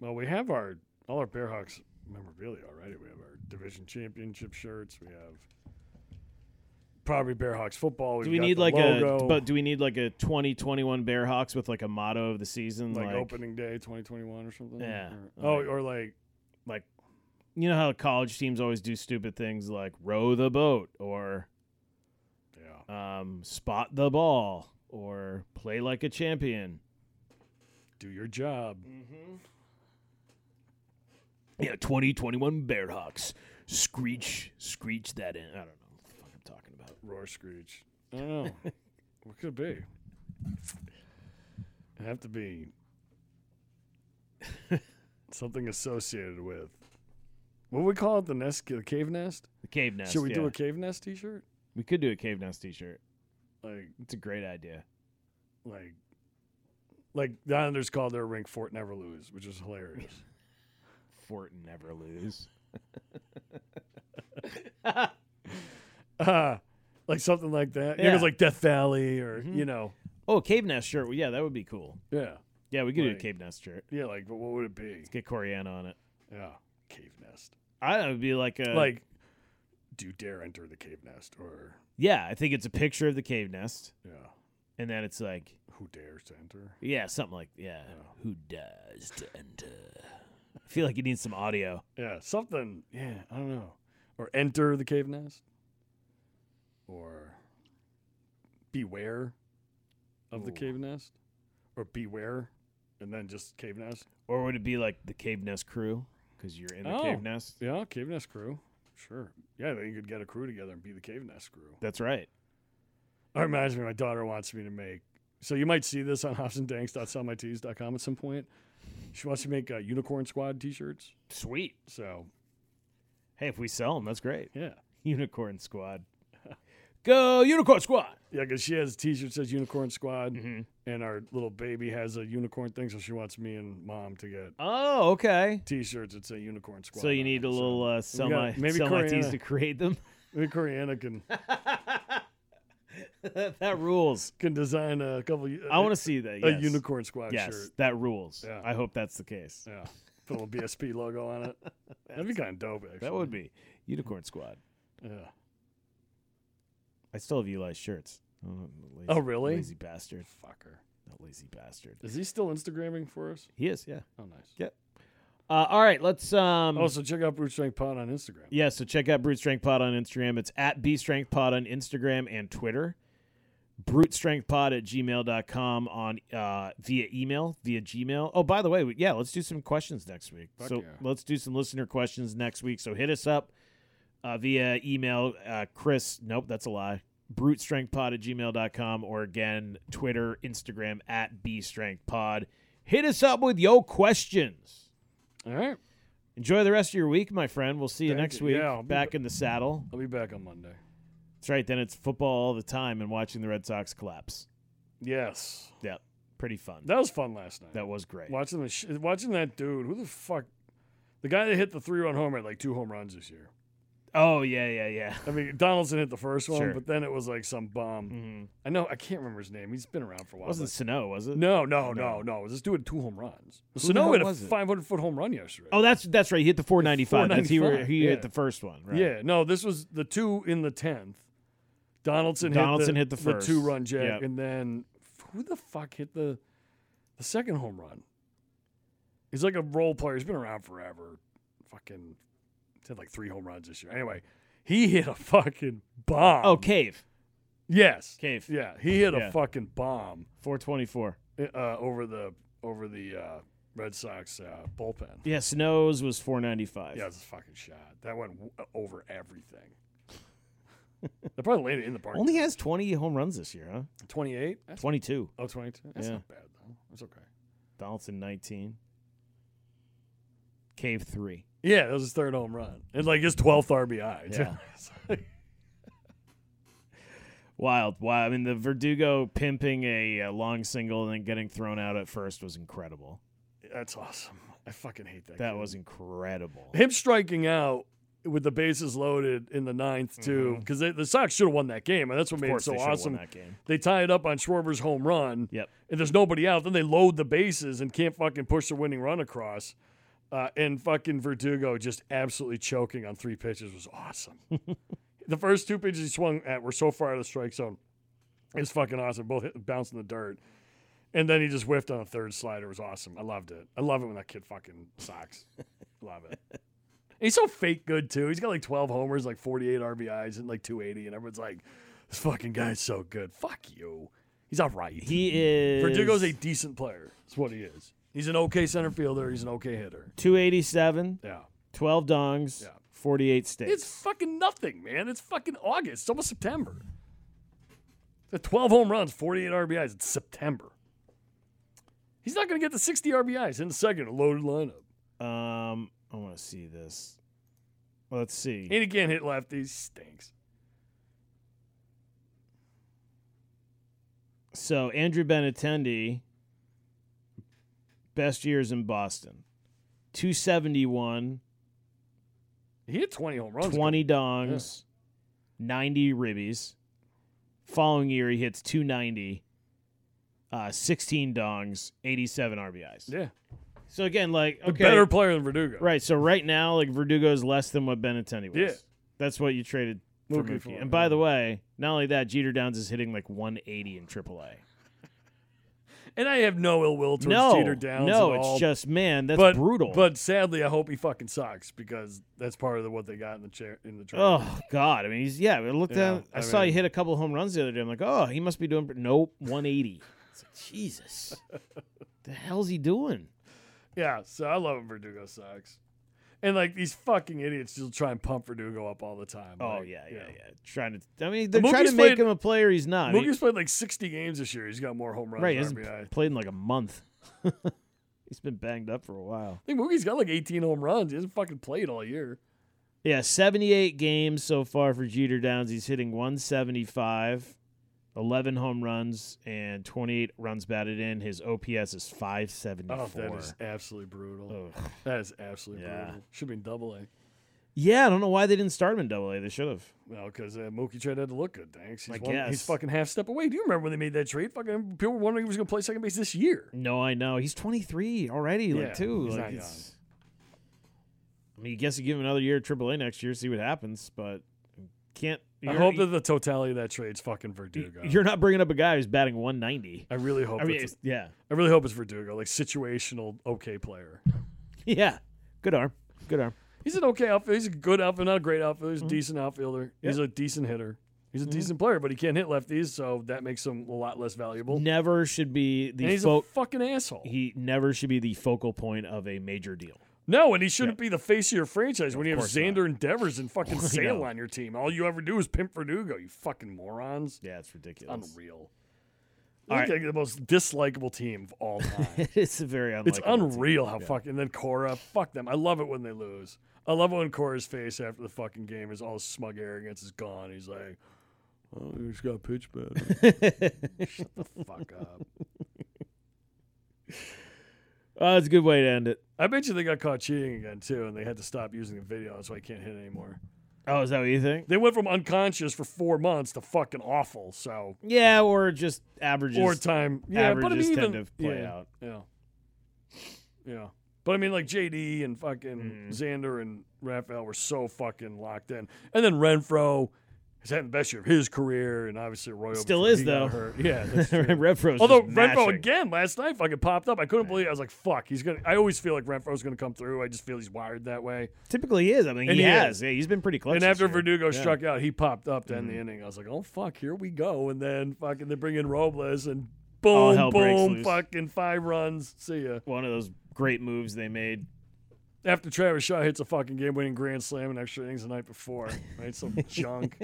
S2: Well, we have our all our Bearhawks memorabilia already. We have our division championship shirts. We have probably Bearhawks football. We've
S3: Do we
S2: got
S3: need
S2: the
S3: like
S2: logo,
S3: a but do we need like a 2021 Bearhawks with like a motto of the season
S2: like,
S3: like,
S2: opening day 2021 or something?
S3: Yeah,
S2: Or, oh,
S3: like-
S2: or like
S3: like you know how college teams always do stupid things like row the boat or
S2: yeah.
S3: um, spot the ball or play like a champion.
S2: Do your job.
S3: Yeah, 2021 Bearhawks. Screech, screech that in. I don't know what the fuck I'm talking about.
S2: Roar screech. I don't know. what could it be? It'd have to be something associated with. What we call it? The nest, the cave nest.
S3: The cave nest.
S2: Should we do
S3: yeah.
S2: a cave nest T-shirt?
S3: We could do a cave nest T-shirt.
S2: Like,
S3: It's a great idea.
S2: like, like the Islanders call their rink "Fort Never Lose," which is hilarious.
S3: Fort never lose.
S2: uh, like something like that. Yeah, Mm-hmm. it
S3: Yeah.
S2: was like Death Valley, or you know,
S3: Oh, a cave nest shirt. Well, yeah, that would be cool.
S2: yeah,
S3: Yeah, we could do
S2: Right.
S3: a cave nest shirt.
S2: yeah. Like, but what would it be?
S3: Get Coriana on it.
S2: Yeah, cave nest.
S3: I don't know, it'd be like a
S2: like, do you dare enter the cave nest, or
S3: yeah. I think it's a picture of the cave nest,
S2: yeah,
S3: and then it's like
S2: who dares to enter?
S3: yeah, something like yeah. Who does to enter? I feel like you need some audio.
S2: Yeah, something. Yeah, I don't know. Or enter the cave nest, or beware of the
S3: Ooh.
S2: cave nest, or beware, and then just cave nest.
S3: Or would it be like the Cave Nest crew? Because you're in the
S2: Oh.
S3: Cave Nest.
S2: Yeah, cave nest crew. Sure. Yeah, then you could get a crew together and be the cave nest crew.
S3: That's right.
S2: That reminds me, my daughter wants me to make. So you might see this on hoffsanddanks.sellmytees.com at some point. She wants to make uh, unicorn squad T-shirts.
S3: Sweet.
S2: So
S3: Hey, if we sell them, that's great.
S2: yeah,
S3: Unicorn Squad. Go Unicorn Squad.
S2: yeah, because she has a T-shirt that says unicorn squad,
S3: Mhm.
S2: and our little baby has a unicorn thing. So she wants me and mom to get
S3: Oh, okay.
S2: T-shirts that say unicorn squad.
S3: So you
S2: on
S3: need
S2: it.
S3: a little uh, sell
S2: got-
S3: my
S2: maybe
S3: sell my tees
S2: Coriana-
S3: to create them.
S2: Maybe Coriana can
S3: that rules.
S2: can design a couple. I
S3: I want to see that.
S2: a
S3: yes.
S2: unicorn squad
S3: Yes,
S2: shirt.
S3: that rules.
S2: Yeah.
S3: I hope that's the case.
S2: Yeah, put a little BSP logo on it. That'd be kind of dope. Actually,
S3: That would be Unicorn Squad.
S2: Yeah.
S3: I still have Eli's shirts. Oh, lazy,
S2: Oh, really?
S3: Lazy bastard.
S2: Fucker.
S3: That lazy bastard.
S2: Is he still Instagramming for us?
S3: He is. Yeah.
S2: Oh, nice.
S3: Uh, all right. Let's. Um,
S2: Also, Oh, check out Brute Strength Pod on Instagram.
S3: Yeah, so check out Brute Strength Pod on Instagram. It's at B Strength Pod on Instagram and Twitter. Brute Strength Pod at gmail.com on uh, via email, via Gmail. Oh, by the way, we, yeah, let's do some questions next week.
S2: Fuck
S3: so
S2: yeah.
S3: let's do some listener questions next week. So hit us up uh, via email, uh, Chris. Nope, that's a lie. Brute Strength Pod at gmail.com or again, Twitter, Instagram at B Strength Pod. Hit us up with your questions.
S2: All right.
S3: Enjoy the rest of your week, my friend. We'll see you
S2: Thank
S3: next
S2: you.
S3: week.
S2: Yeah, I'll be
S3: back in the saddle.
S2: I'll be back on Monday.
S3: That's right. Then it's football all the time and watching the Red Sox collapse.
S2: Yes.
S3: Yep. Pretty fun.
S2: That was fun last night.
S3: that was great.
S2: Watching the sh- watching that dude. Who the fuck? The guy that hit the three run homer had like two home runs this year.
S3: Oh, yeah, yeah, yeah.
S2: I mean, Donaldson hit the first one,
S3: Sure.
S2: but then it was like some bum.
S3: Mm-hmm.
S2: I know. I can't remember his name. He's been around for a while.
S3: Wasn't Sano, was it?
S2: but- no, no, no, no. This dude had two home runs.
S3: the
S2: Sano
S3: hell
S2: hit a
S3: was it?
S2: 500 foot home run yesterday.
S3: Oh, that's that's right. He hit the 495. That's he were,
S2: 495,
S3: he
S2: yeah.
S3: hit the first one, right?
S2: Yeah, no, this was the two in the tenth. Donaldson,
S3: Donaldson
S2: hit
S3: hit
S2: the,
S3: the first.
S2: two run jack,
S3: Yep.
S2: and then who the fuck hit the the second home run? He's like a role player. He's been around forever. Fucking he's had like three home runs this year. Anyway, he hit a fucking bomb.
S3: Oh, Cave.
S2: yes,
S3: Cave.
S2: yeah, he hit a
S3: Yeah.
S2: fucking bomb
S3: 424.
S2: uh, over the over the uh, Red Sox uh, bullpen.
S3: Yeah, Sano's was 495.
S2: Yeah, it's a fucking shot. That went w- uh, over everything. they probably landed in the park.
S3: Only has 20 home runs this year, huh?
S2: 28?
S3: 22.
S2: Oh, 22? That's
S3: Yeah.
S2: not bad, though. That's okay.
S3: Donaldson, 19. Cave, 3.
S2: Yeah, that was his third home run. And, like, his 12th RBI. too.
S3: Yeah.
S2: It's like-
S3: Wild. Wow. I mean, the Verdugo pimping a, uh long single and then getting thrown out at first was incredible.
S2: That's awesome. I fucking hate that.
S3: That
S2: kid.
S3: was incredible.
S2: Him striking out with the bases loaded in the ninth too, because the Sox should have won that game, and that's what made it
S3: Mm-hmm. course
S2: so
S3: they should've won
S2: awesome.
S3: that game.
S2: They tie it up on Schwarber's home run.
S3: Yep.
S2: And there's nobody out. Then they load the bases and can't fucking push the winning run across. Uh, and fucking Verdugo just absolutely choking on three pitches was awesome. the first two pitches he swung at were so far out of the strike zone. It's fucking awesome. Both hit, bounced in the dirt. And then he just whiffed on a third slider. It was awesome. I loved it. I love it when that kid fucking socks. love it. He's so fake good too. He's got like 12 homers, like 48 RBIs, and like 280, and everyone's like, "This fucking guy's so good." Fuck you. He's all right.
S3: He is
S2: Verdugo's a decent player. That's what he is. He's an okay center fielder. He's an okay hitter.
S3: 287,
S2: Yeah.
S3: 12 dongs,
S2: Yeah.
S3: 48 states.
S2: It's fucking nothing, man. It's fucking August. It's almost September. The 12 home runs, 48 RBIs. It's September. He's not going to get the 60 RBIs in the second, a loaded lineup.
S3: um, I want to see this. Let's see.
S2: And he can't hit lefties. Stinks.
S3: So Andrew Benatendi, best years in Boston, 271,
S2: He hit 20 home runs.
S3: 20 dongs, 90 ribbies. Following year, he hits 290, uh, 16 dongs, 87 RBIs.
S2: Yeah.
S3: So again, like okay,
S2: Better player than Verdugo.
S3: right? So right now, like Verdugo is less than what Benatendi was.
S2: Yeah.
S3: that's what you traded for
S2: Mookie
S3: Mookie.
S2: for,
S3: and by the way, not only that, Jeter Downs is hitting like 180 in AAA.
S2: And I have no ill will towards
S3: no,
S2: Jeter Downs
S3: no,
S2: at all.
S3: it's just man, that's
S2: but,
S3: brutal.
S2: But sadly, I hope he fucking sucks because that's part of the, what they got in the chair in the trade.
S3: Oh God! I mean, he's yeah. I looked
S2: Yeah,
S3: at. I,
S2: I
S3: saw
S2: mean-
S3: he hit a couple home runs the other day. I'm like, oh, he must be doing. pr- Nope, 180. It's like, Jesus, the hell's he doing?
S2: Yeah, so I love when Verdugo sucks. And like these fucking idiots still try and pump Verdugo up all the time.
S3: Oh
S2: Like,
S3: yeah,
S2: you
S3: yeah,
S2: know.
S3: yeah. Trying to. I mean, they're
S2: Mookie's
S3: trying to make
S2: played-
S3: him a player. He's not. I mean,
S2: Mookie's played like 60 games this year. He's got more home runs
S3: right, he
S2: than
S3: hasn't
S2: RBI. I
S3: played in like a month. he's been banged up for a while.
S2: think Mookie's got like 18 home runs. He hasn't fucking played all year.
S3: Yeah, 78 games so far for Jeter Downs. He's hitting 175, 11 home runs, and 28 runs batted in. His OPS is 574.
S2: Oh, that is absolutely brutal.
S3: Ugh.
S2: That is absolutely
S3: Oh. Yeah.
S2: brutal. Should be in double A.
S3: Yeah, I don't know why they didn't start him in Double A. They should have.
S2: Well, because uh, Mookie tried to look good. Thanks. He's,
S3: I
S2: one, he's
S3: guess.
S2: fucking half step away. Do you remember when they made that trade? Fucking people were wondering if he was going to play second base this year.
S3: No, I know he's 23 already.
S2: Yeah,
S3: like too.
S2: he's
S3: like,
S2: not
S3: it's- I mean, you guess you give him another year at Triple A next year, see what happens. But can't.
S2: I
S3: you're-
S2: hope that the totality of that trade's fucking Verdugo.
S3: you're not bringing up a guy who's batting 190.
S2: I really hope.
S3: I mean,
S2: it's
S3: it's- yeah,
S2: I really hope it's Verdugo, like situational okay player.
S3: yeah. Good arm. Good arm.
S2: He's an okay outfielder. He's a good outfielder, not a great outfielder.
S3: Mm-hmm.
S2: He's a decent outfielder. He's a decent hitter. He's a decent player, but he can't hit lefties, so that makes him a lot less valuable.
S3: Never should be
S2: and
S3: the
S2: he's
S3: fo-
S2: a fucking asshole.
S3: he never should be the focal point of a major deal.
S2: no, and he shouldn't be the face of your franchise when you have
S3: course not.
S2: Xander and Devers and fucking
S3: I
S2: Sale
S3: know.
S2: on your team. All you ever do is pimp Verdugo. You fucking morons.
S3: Yeah, it's ridiculous.
S2: Unreal.
S3: All
S2: Look
S3: right.
S2: like the most dislikable team of all time.
S3: it's a very unlikely.
S2: It's unreal how fucking. And then Cora, fuck them. I love it when they lose. I love it when Cora's face after the fucking game is all smug arrogance is gone. He's like, "Oh, you just got pitch better." Shut the fuck up.
S3: Oh, it's a good way to end it.
S2: I bet you they got caught cheating again too, and they had to stop using the video. That's why I can't hit anymore.
S3: Oh, is that what you think?
S2: They went from unconscious for four months to fucking awful. So
S3: Yeah, or just averages.
S2: four time, yeah, but I mean,
S3: averages
S2: even
S3: tend to play
S2: yeah,
S3: out.
S2: yeah, yeah. But I mean, like JD and fucking
S3: Mm.
S2: Xander and Raphael were so fucking locked in, and then Renfro is having the best year of his career, and obviously Royal
S3: Still
S2: before
S3: is,
S2: he got
S3: though.
S2: hurt. Yeah. that's true.
S3: Renfro's
S2: Although
S3: just
S2: Renfro
S3: mashing.
S2: again last night fucking popped up, I couldn't believe. It. I was like, "Fuck, he's gonna." I always feel like Renfro's gonna come through. I just feel he's wired that way.
S3: typically he is. I mean,
S2: And
S3: he,
S2: he
S3: has.
S2: is.
S3: Yeah, he's been pretty clutch.
S2: And
S3: this
S2: after
S3: year.
S2: Verdugo
S3: Yeah. Mm-hmm.
S2: struck out, he popped up to end the inning. I was like, oh fuck, here we go. And then fucking they bring in Robles and
S3: All
S2: boom,
S3: hell breaks
S2: boom,
S3: loose.
S2: fucking five runs. See ya.
S3: one of those great moves they made.
S2: After Travis Shaw hits a fucking game winning grand slam and extra innings the night before. Right? Some junk.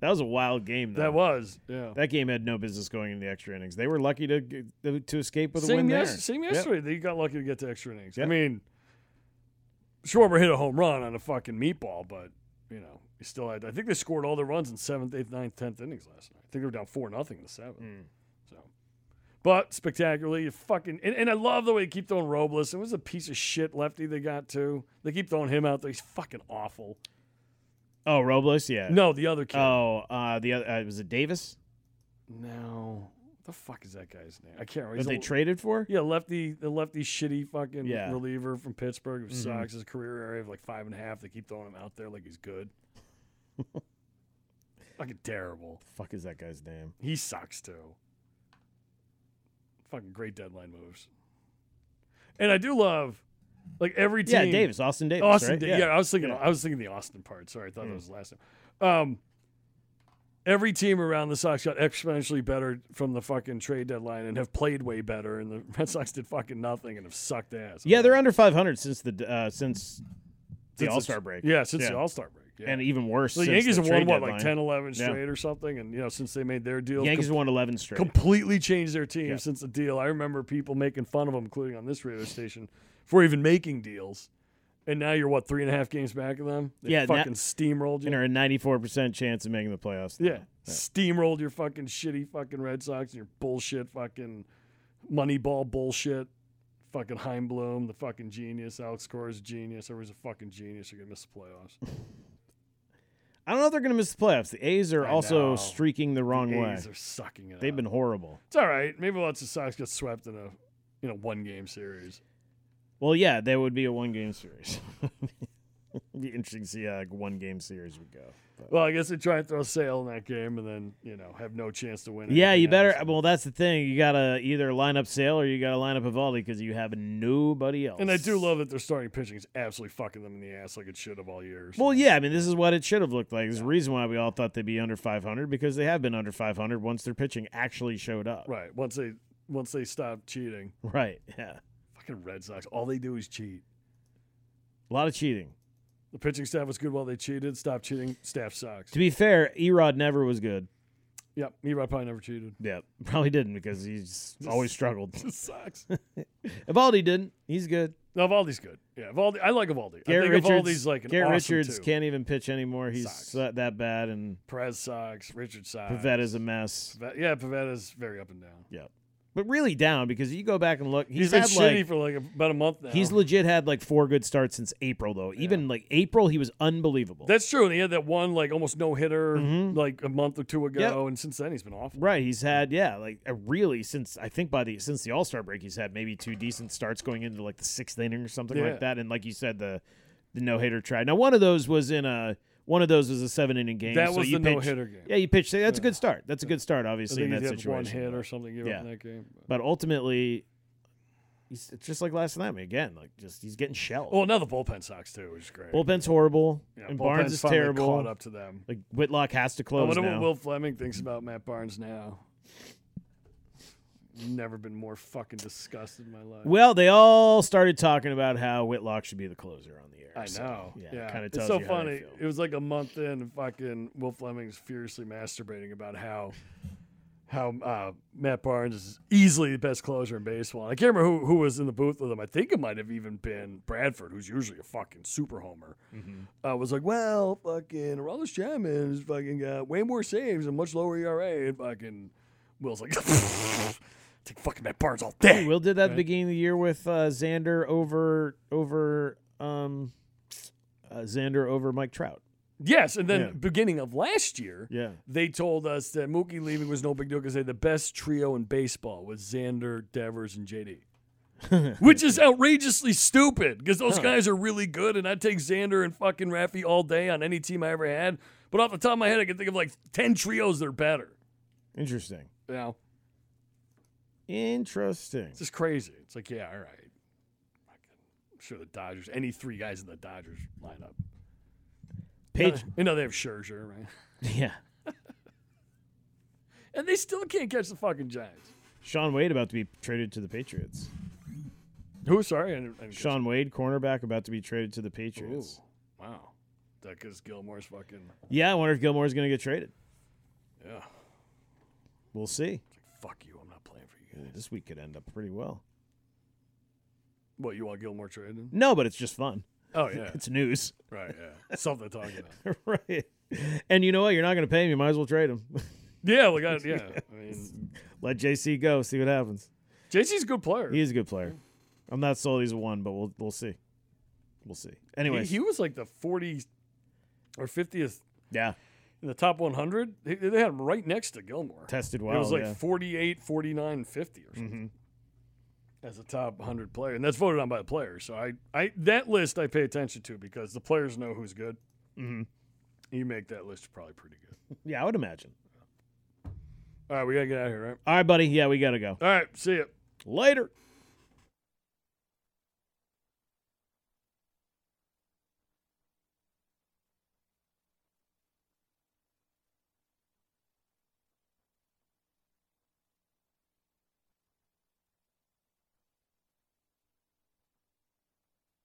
S3: That was a wild game. Though.
S2: That was. Yeah.
S3: That game had no business going in the extra innings. They were lucky to get- to escape with a
S2: Same,
S3: win
S2: yes-
S3: there.
S2: same
S3: Yep.
S2: yesterday. They got lucky to get to extra innings. I
S3: Yep.
S2: mean, Schwarber hit a home run on a fucking meatball, but you know, he still had I think they scored
S3: Hmm.
S2: all their runs in seventh, eighth, ninth, tenth innings last night. I think they were down four nothing in the seventh. So But spectacularly, fucking, and, and I love the way they keep throwing Robles. It was a piece of shit lefty they got too. They keep throwing him out there. He's fucking awful.
S3: Oh, Robles, yeah.
S2: No, the other kid.
S3: Oh, uh, the other uh, was it Davis
S2: no, what the fuck is that guy's name? I can't remember.
S3: that
S2: He's
S3: they
S2: a-
S3: traded for?
S2: Yeah, lefty, the lefty, shitty fucking
S3: Yeah.
S2: reliever from Pittsburgh who
S3: Mhm.
S2: sucks. His career area of like five and a half. They keep throwing him out there like he's good. fucking terrible.
S3: Fuck is that guy's name?
S2: He sucks too. Fucking great deadline moves. And I do love, like every team.
S3: Yeah, Davis, Austin Davis.
S2: Austin.
S3: right?
S2: Da- yeah. I was thinking.
S3: Yeah.
S2: I was thinking the Austin part. Sorry, I thought
S3: Mm.
S2: that was the last name. Um, every team around the Sox got exponentially better from the fucking trade deadline and have played way better, and the Red Sox did fucking nothing and have sucked ass.
S3: Yeah, they're under 500 since the uh, since the
S2: Since
S3: All Star break.
S2: Yeah, since the
S3: Yeah.
S2: All Star break. Yeah.
S3: and even worse.
S2: the
S3: since
S2: Yankees
S3: the
S2: have won
S3: trade
S2: what, like
S3: deadline.
S2: 10, 11
S3: Yeah.
S2: straight or something, and you know since they made their deal,
S3: Yankees won 11 straight.
S2: completely changed their team
S3: Yeah.
S2: since the deal. I remember people making fun of them, including on this radio station, for even making deals. And now you're what three and a half games back of them? They
S3: Yeah, now-
S2: fucking steamrolled you.
S3: and are a 94% chance of making the playoffs. now.
S2: Yeah. Steamrolled your fucking shitty fucking Red Sox and your bullshit fucking Moneyball bullshit. Fucking Heimblum, the fucking genius. Alex Cora's a genius. Everyone's a fucking genius. You're going to miss the playoffs.
S3: I don't know if they're going to miss the playoffs. The A's are
S2: I
S3: also
S2: know.
S3: streaking the wrong
S2: the
S3: way.
S2: A's are sucking it
S3: They've
S2: up.
S3: been horrible.
S2: It's all right. Maybe we'll let the Sox get swept in a, in a one game series.
S3: Well, yeah, that would be a one game series. be interesting to see how like, one game series would go. But-
S2: Well, I guess they try and throw Sale in that game, and then you know have no chance to win.
S3: Yeah,
S2: anything
S3: you better.
S2: else.
S3: Well, that's the thing. You gotta either line up Sale or you gotta line up Evaldi because you have nobody else.
S2: And I do love that their starting pitching is absolutely fucking them in the ass like it should have all years.
S3: Well, yeah, I mean, this is what it should have looked like. There's a reason why we all thought they'd be under 500 because they have been under 500 once their pitching actually showed up.
S2: right. Once they once they stop cheating,
S3: Right. Yeah.
S2: fucking Red Sox, all they do is cheat.
S3: A lot of cheating.
S2: The pitching staff was good while they cheated. Stop cheating. Staff sucks.
S3: To be fair, Erod never was good.
S2: Yep. Erod probably never cheated.
S3: Yeah, probably didn't because he's always struggled.
S2: This sucks.
S3: Evaldi didn't. He's good.
S2: no, Valdi's good. Yeah, Valdi. I like Valdi. I
S3: Garrett
S2: think
S3: Richards,
S2: Valdi's like an
S3: Garrett
S2: awesome
S3: Richards
S2: two.
S3: can't even pitch anymore. He's
S2: Sucks.
S3: that- that bad, and
S2: Perez sucks. Richard sucks.
S3: Pavetta's a mess.
S2: Pavetta- Yeah, Pavetta's very up and down.
S3: Yeah, but really down because you go back and look.
S2: He's
S3: He's,
S2: been
S3: had
S2: shitty
S3: like
S2: for like about a month now.
S3: he's legit had like four good starts since April though. Even like April, he was unbelievable.
S2: That's true. And he had that one like almost no hitter
S3: Mhm.
S2: like a month or two ago,
S3: Yep.
S2: and since then he's been awful.
S3: Right, he's had yeah, like uh, really since I think by the since the All Star break, he's had maybe two decent starts going into like the sixth inning or something
S2: Yeah.
S3: like that. And like you said, the the no hitter try. Now one of those was in a one of those was a seven inning game.
S2: That
S3: so
S2: was
S3: you
S2: the no
S3: pitch-
S2: hitter game.
S3: Yeah, you pitched. That's a good start. That's a good start,
S2: I
S3: obviously
S2: think
S3: in
S2: he
S3: that
S2: had
S3: situation.
S2: one hit or something give
S3: Yeah.
S2: up in that game.
S3: But ultimately, he's it's just like last time again. Like just he's getting shelled.
S2: Well, now the bullpen sucks too, which is great.
S3: Bullpen's horrible,
S2: Oh, Yeah,
S3: and
S2: bullpen's
S3: Barnes is
S2: finally
S3: terrible.
S2: Caught up to them.
S3: Like Whitlock has
S2: I
S3: to close
S2: wonder
S3: now.
S2: what Will Fleming thinks about Matt Barnes now. Never been more fucking disgusted in my life.
S3: Well, they all started talking about how Whitlock should be the closer on the air.
S2: I
S3: so,
S2: know.
S3: yeah,
S2: yeah,
S3: kind of
S2: it's
S3: tells
S2: so
S3: you how they
S2: funny.
S3: feel.
S2: It was like a month in, and fucking Will Fleming's furiously masturbating about how how uh, Matt Barnes is easily the best closer in baseball. And I can't remember who, who was in the booth with him. I think it might have even been Bradford, who's usually a fucking super homer.
S3: Mm-hmm.
S2: Uh, was like, well, fucking Aroldis Chapman has fucking got way more saves and much lower ERA. And fucking Will's like, take fucking Matt Barnes all day.
S3: Will did that at the beginning of the year with uh, Xander over over um, uh, Xander over Mike Trout.
S2: Yes, and then
S3: Yeah.
S2: beginning of last year,
S3: Yeah,
S2: they told us that Mookie leaving was no big deal because they had the best trio in baseball with Xander, Devers, and JD. Which is outrageously stupid because those guys are really good, and I'd take Xander and fucking Raffy all day on any team I ever had. But off the top of my head, I can think of like 10 trios that are better.
S3: interesting,
S2: You know,
S3: interesting.
S2: it's just crazy. It's like, yeah, all right. I'm sure the Dodgers, any three guys in the Dodgers lineup.
S3: Page,
S2: You know, they have Scherzer, right?
S3: yeah.
S2: And they still can't catch the fucking Giants.
S3: Sean Wade about to be traded to the Patriots.
S2: Who? Sorry. I didn't, I didn't catch that.
S3: Sean Wade, cornerback, about to be traded to the Patriots.
S2: Ooh, wow. That because Gilmore's fucking
S3: Yeah, I wonder if Gilmore's going to get traded.
S2: yeah.
S3: We'll see.
S2: Fuck you. I'm not playing for you. guys.
S3: This week could end up pretty well.
S2: What you want Gilmore traded?
S3: No, but it's just fun.
S2: Oh yeah.
S3: It's news.
S2: right. Yeah. Something to talk about.
S3: right. And you know what? You're not going to pay him. You might as well trade him.
S2: Yeah. We got. Yeah. I mean,
S3: Let JC go. See what happens.
S2: JC's a good player.
S3: He is a good player. I'm not sold he's a one, but we'll we'll see. We'll see.
S2: he,
S3: Anyways,
S2: he was like the 40 or 50th
S3: yeah,
S2: in the top 100. They, they had him right next to Gilmore.
S3: tested well.
S2: it was like
S3: yeah.
S2: 48, 49, 50 or something
S3: Mhm. Mm-hmm.
S2: as a top 100 player. And that's voted on by the players. So I, I that list I pay attention to because the players know who's good.
S3: Mhm.
S2: You make that list you're probably pretty good.
S3: Yeah, I would imagine.
S2: All right, we got to get out of here, right?
S3: All right, buddy. Yeah, we gotta go.
S2: All right, see ya.
S3: Later.